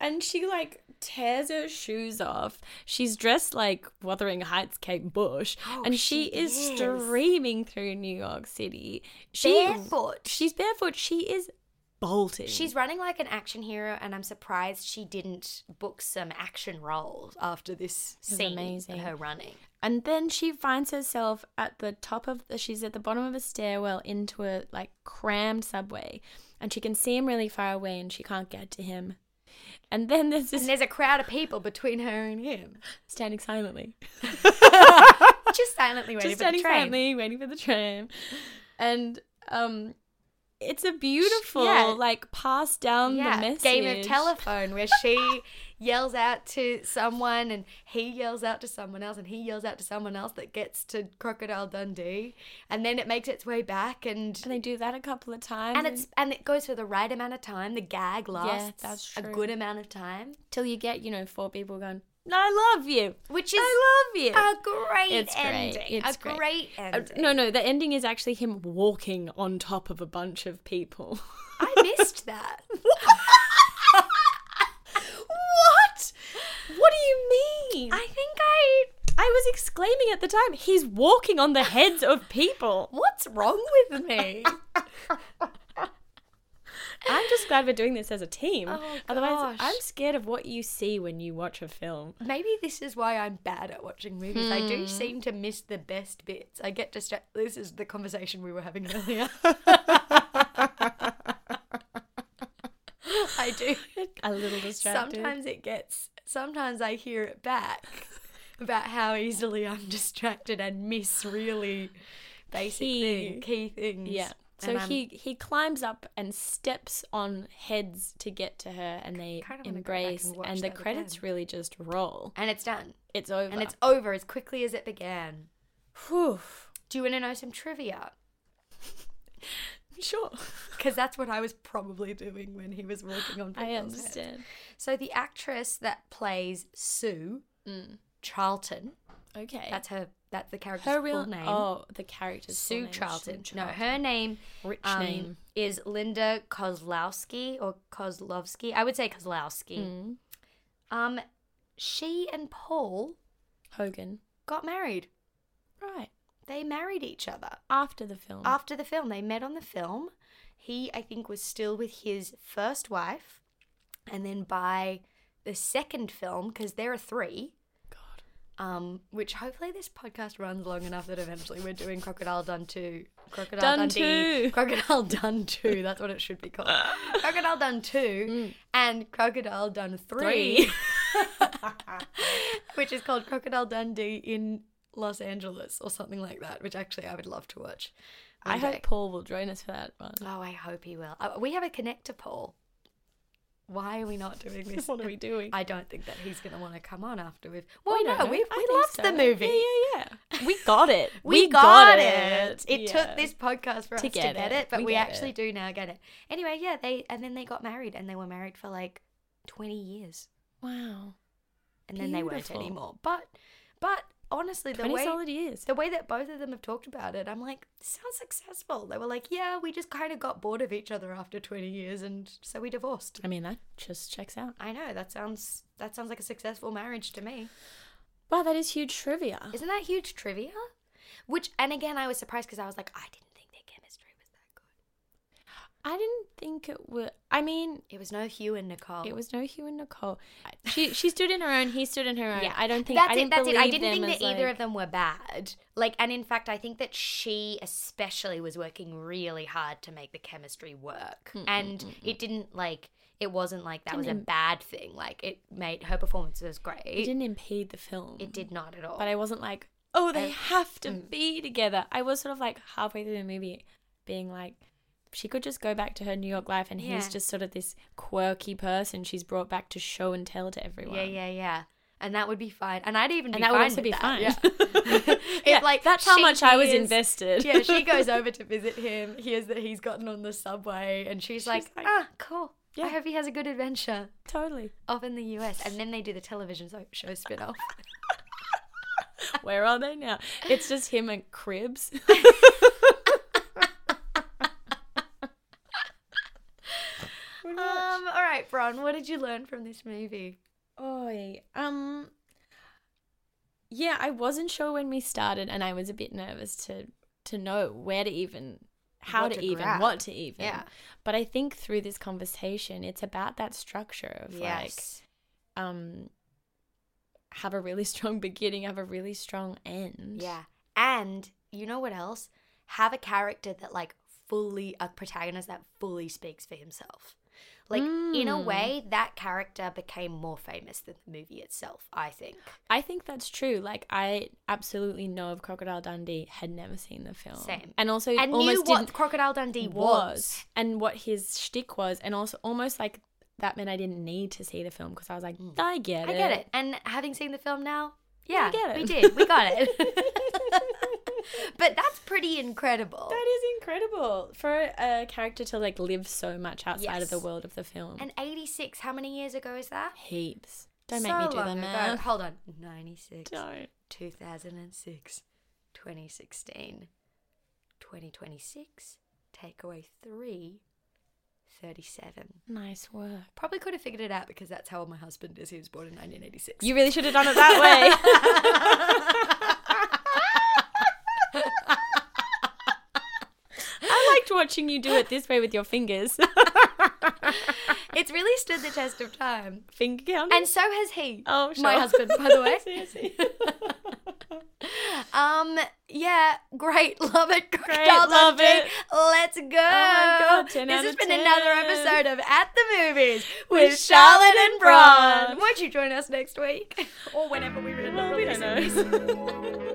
Speaker 2: and she like tears her shoes off. She's dressed like Wuthering Heights Kate Bush,
Speaker 1: Oh,
Speaker 2: and
Speaker 1: she
Speaker 2: she, is,
Speaker 1: is.
Speaker 2: streaming through New York City. She
Speaker 1: barefoot.
Speaker 2: she's barefoot. She is bolting.
Speaker 1: She's running like an action hero, and I'm surprised she didn't book some action roles after this
Speaker 2: was
Speaker 1: scene.
Speaker 2: amazing.
Speaker 1: Her running.
Speaker 2: and then she finds herself at the top of she's at the bottom of a stairwell into a like crammed subway and she can see him really far away and she can't get to him and then <laughs> there's this
Speaker 1: And there's a crowd of people between her and
Speaker 2: <laughs>
Speaker 1: him,
Speaker 2: standing silently
Speaker 1: just silently waiting
Speaker 2: just
Speaker 1: for the
Speaker 2: standing
Speaker 1: train.
Speaker 2: silently waiting for the tram and um it's a beautiful
Speaker 1: yeah.
Speaker 2: like pass down the
Speaker 1: Yeah,
Speaker 2: message
Speaker 1: game of telephone where she yells out to someone and he yells out to someone else and he yells out to someone else that gets to Crocodile Dundee, and then it makes its way back and
Speaker 2: and they do that a couple of times
Speaker 1: and it's and it goes for the right amount of time. The gag lasts
Speaker 2: that's
Speaker 1: a
Speaker 2: true.
Speaker 1: good amount of time,
Speaker 2: till you get you know four people going i love you
Speaker 1: which is
Speaker 2: i love you
Speaker 1: a great
Speaker 2: It's great.
Speaker 1: ending.
Speaker 2: It's
Speaker 1: a
Speaker 2: great.
Speaker 1: great,
Speaker 2: Uh,
Speaker 1: ending.
Speaker 2: No, no, the ending is actually him walking on top of a bunch of people. <laughs>
Speaker 1: I missed <laughs> that.
Speaker 2: what? What do you mean? I,
Speaker 1: I think I.
Speaker 2: was exclaiming at the time, he's walking on the heads
Speaker 1: <laughs>
Speaker 2: of people.
Speaker 1: What's wrong with me?
Speaker 2: <laughs> I'm just glad we're doing this as a team.
Speaker 1: Oh,
Speaker 2: Otherwise,
Speaker 1: gosh.
Speaker 2: I'm scared of what you see when you watch
Speaker 1: <laughs>
Speaker 2: a film.
Speaker 1: Maybe this is why I'm bad at watching movies. I do seem to miss the best bits. I get distracted. This is the conversation we were having <laughs> earlier. I do.
Speaker 2: A little distracted.
Speaker 1: Sometimes it gets. Sometimes I hear it back about how easily I'm distracted and miss really basic
Speaker 2: Key.
Speaker 1: thing- key things.
Speaker 2: Yeah. So
Speaker 1: And um, I'm-
Speaker 2: he, he climbs up and steps on heads to get to her, and they
Speaker 1: kinda wanna go back
Speaker 2: embrace,
Speaker 1: and watch
Speaker 2: and the
Speaker 1: that
Speaker 2: credits
Speaker 1: again.
Speaker 2: really just roll.
Speaker 1: and it's done.
Speaker 2: It's over.
Speaker 1: And it's over as quickly as it began. <laughs>
Speaker 2: Whew.
Speaker 1: Do you want to know some trivia?
Speaker 2: Sure.
Speaker 1: Because that's what I was probably doing when he was walking on.
Speaker 2: <laughs> I
Speaker 1: people's heads.
Speaker 2: understand.
Speaker 1: So the actress that plays Sue
Speaker 2: Mm.
Speaker 1: Charlton,
Speaker 2: Okay.
Speaker 1: that's her, that's the character's
Speaker 2: her real
Speaker 1: full name.
Speaker 2: Oh, the character's full
Speaker 1: Sue
Speaker 2: name is
Speaker 1: Charlton.
Speaker 2: Sue
Speaker 1: No, her name,
Speaker 2: Rich
Speaker 1: um,
Speaker 2: name.
Speaker 1: is Linda Kozlowski or Kozlovsky. I would say Kozlowski.
Speaker 2: Mm.
Speaker 1: Um, she and Paul
Speaker 2: Hogan.
Speaker 1: got married.
Speaker 2: Right.
Speaker 1: They married each other
Speaker 2: After the film.
Speaker 1: after the film. They met on the film. He, I think, was still with his first wife, and then by the second film, because there are three.
Speaker 2: God.
Speaker 1: Um, which hopefully this podcast runs long enough that eventually we're doing Crocodile Dun 2. Crocodile
Speaker 2: Dun
Speaker 1: Dundee.
Speaker 2: two.
Speaker 1: Crocodile Dun 2. That's what it should be
Speaker 2: <laughs>
Speaker 1: called. Crocodile Dun 2 and Crocodile Dun 3,
Speaker 2: Mm. Three.
Speaker 1: <laughs> which is called Crocodile Dundee in Los Angeles or something like that, which actually I would love to watch.
Speaker 2: I
Speaker 1: one day.
Speaker 2: hope Paul will join us for that one.
Speaker 1: Oh, I hope he will. Uh, we have a connector poll. Why are we not
Speaker 2: <laughs>
Speaker 1: doing this?
Speaker 2: What are we doing?
Speaker 1: I don't think that he's going to want to come on after we've. Well,
Speaker 2: don't
Speaker 1: no,
Speaker 2: know.
Speaker 1: we,
Speaker 2: Oh, I
Speaker 1: we
Speaker 2: think
Speaker 1: loved
Speaker 2: so.
Speaker 1: the movie.
Speaker 2: Yeah, yeah, yeah. <laughs> We got it.
Speaker 1: We, got, it. It
Speaker 2: Yeah.
Speaker 1: took this podcast for
Speaker 2: To
Speaker 1: us
Speaker 2: get
Speaker 1: to get
Speaker 2: it.
Speaker 1: it, but
Speaker 2: We
Speaker 1: we,
Speaker 2: get
Speaker 1: actually
Speaker 2: it.
Speaker 1: do now get it. Anyway, yeah, they and then they got married and they were married for like 20 years.
Speaker 2: Wow.
Speaker 1: And then they
Speaker 2: Beautiful.
Speaker 1: weren't anymore. But but honestly, the
Speaker 2: 20
Speaker 1: way
Speaker 2: solid years.
Speaker 1: the way that both of them have talked about it, I'm like, this sounds successful. They were like, yeah, we just kind of got bored of each other after 20 years and so we divorced.
Speaker 2: I mean, that just checks out.
Speaker 1: I know, that sounds that sounds like a successful marriage to me.
Speaker 2: Wow, that is huge trivia.
Speaker 1: Isn't that huge trivia? Which and again, I was surprised because I was like, I didn't think their chemistry was that good.
Speaker 2: I didn't think it would. I mean,
Speaker 1: It was no Hugh and Nicole.
Speaker 2: It was no Hugh and Nicole. <laughs> She she stood in her own. He stood in her own.
Speaker 1: Yeah.
Speaker 2: I don't think
Speaker 1: that's
Speaker 2: I
Speaker 1: it.
Speaker 2: didn't
Speaker 1: That's it. I
Speaker 2: believe
Speaker 1: didn't think
Speaker 2: them
Speaker 1: that
Speaker 2: as,
Speaker 1: either
Speaker 2: like-
Speaker 1: of them were bad. Like, and in fact, I think that she especially was working really hard to make the chemistry work, and it didn't like it wasn't like that was a
Speaker 2: Didn't-
Speaker 1: bad thing. Like, it made her performance was great.
Speaker 2: It
Speaker 1: It,
Speaker 2: didn't impede the film.
Speaker 1: did not at all.
Speaker 2: But I wasn't like, oh, they
Speaker 1: I- Mm.
Speaker 2: have to be together. I was sort of like halfway through the movie, being like, she could just go back to her New York life, and he's
Speaker 1: Yeah.
Speaker 2: just sort of this quirky person she's brought back to show and tell to everyone.
Speaker 1: yeah, yeah, yeah. And that would be fine. And I'd even
Speaker 2: And
Speaker 1: be
Speaker 2: that
Speaker 1: fine
Speaker 2: would also
Speaker 1: with
Speaker 2: be
Speaker 1: that.
Speaker 2: fine.
Speaker 1: <laughs> Yeah.
Speaker 2: <laughs>
Speaker 1: If,
Speaker 2: Yeah,
Speaker 1: like,
Speaker 2: that's how
Speaker 1: she
Speaker 2: much I was
Speaker 1: hears-
Speaker 2: invested.
Speaker 1: yeah, she goes over to visit him. Hears that he's gotten on the subway, and she's, like,
Speaker 2: like,
Speaker 1: "Ah, cool.
Speaker 2: yeah.
Speaker 1: I hope he has a good adventure."
Speaker 2: <laughs> totally.
Speaker 1: off in the US, and then they do the television so- show spin off.
Speaker 2: Where are they now? It's just him and Cribs.
Speaker 1: um, all right, Bron, what did you learn from this movie?
Speaker 2: Oi. Um yeah, I wasn't sure when we started and I was a bit nervous to to know where to even how
Speaker 1: What
Speaker 2: to,
Speaker 1: to
Speaker 2: even,
Speaker 1: grab.
Speaker 2: what to even.
Speaker 1: Yeah.
Speaker 2: But I think through this conversation, it's about that structure of
Speaker 1: Yes.
Speaker 2: like, um, have a really <laughs> strong beginning, have a really strong end.
Speaker 1: yeah. And you know what else? Have a character that like fully a protagonist that fully speaks for himself. Like in a
Speaker 2: Mm.
Speaker 1: way, that character became more famous than the movie itself. I think.
Speaker 2: I think that's true. Like I absolutely know of Crocodile Dundee, had never seen the film.
Speaker 1: Same.
Speaker 2: And also
Speaker 1: And knew
Speaker 2: almost
Speaker 1: what
Speaker 2: didn't
Speaker 1: Crocodile Dundee was.
Speaker 2: and what his shtick was, and also almost like that meant I didn't need to see the film because I was like, I get it.
Speaker 1: Mm. I get it. And having seen the film now,
Speaker 2: Yeah,
Speaker 1: yeah, we <laughs>
Speaker 2: I get it.
Speaker 1: did. We got it. but that's pretty incredible.
Speaker 2: That is incredible for a character to like live so much outside of
Speaker 1: Yes.
Speaker 2: the world of the film.
Speaker 1: And 86, how many years ago is that?
Speaker 2: heaps. Don't
Speaker 1: So
Speaker 2: make me do
Speaker 1: long
Speaker 2: the
Speaker 1: ago. <laughs>
Speaker 2: math.
Speaker 1: Hold on. 96,
Speaker 2: Don't.
Speaker 1: 2006, 2016, 2026, take away 3, 37.
Speaker 2: Nice work.
Speaker 1: Probably could have figured it out because that's how old my husband is. He was born in 1986.
Speaker 2: You really should have done it that
Speaker 1: <laughs>
Speaker 2: way. <laughs> I liked watching you do it this way with
Speaker 1: <laughs>
Speaker 2: your fingers.
Speaker 1: it's really stood the test of time.
Speaker 2: Finger count.
Speaker 1: And so has he.
Speaker 2: oh, sure.
Speaker 1: my husband, by the
Speaker 2: <laughs>
Speaker 1: way. <laughs>
Speaker 2: Seriously.
Speaker 1: Um, yeah, great, <laughs> love it, great,
Speaker 2: love
Speaker 1: love
Speaker 2: it.
Speaker 1: it. Oh Let's go.
Speaker 2: my God, 10
Speaker 1: this
Speaker 2: out
Speaker 1: has
Speaker 2: of
Speaker 1: been
Speaker 2: 10.
Speaker 1: another episode of At the Movies
Speaker 2: With
Speaker 1: with,
Speaker 2: Charlotte
Speaker 1: Charlotte
Speaker 2: and
Speaker 1: and
Speaker 2: Bron.
Speaker 1: Bron. Won't you join us next week <laughs> or whenever we
Speaker 2: Well, we don't
Speaker 1: release
Speaker 2: know.
Speaker 1: this?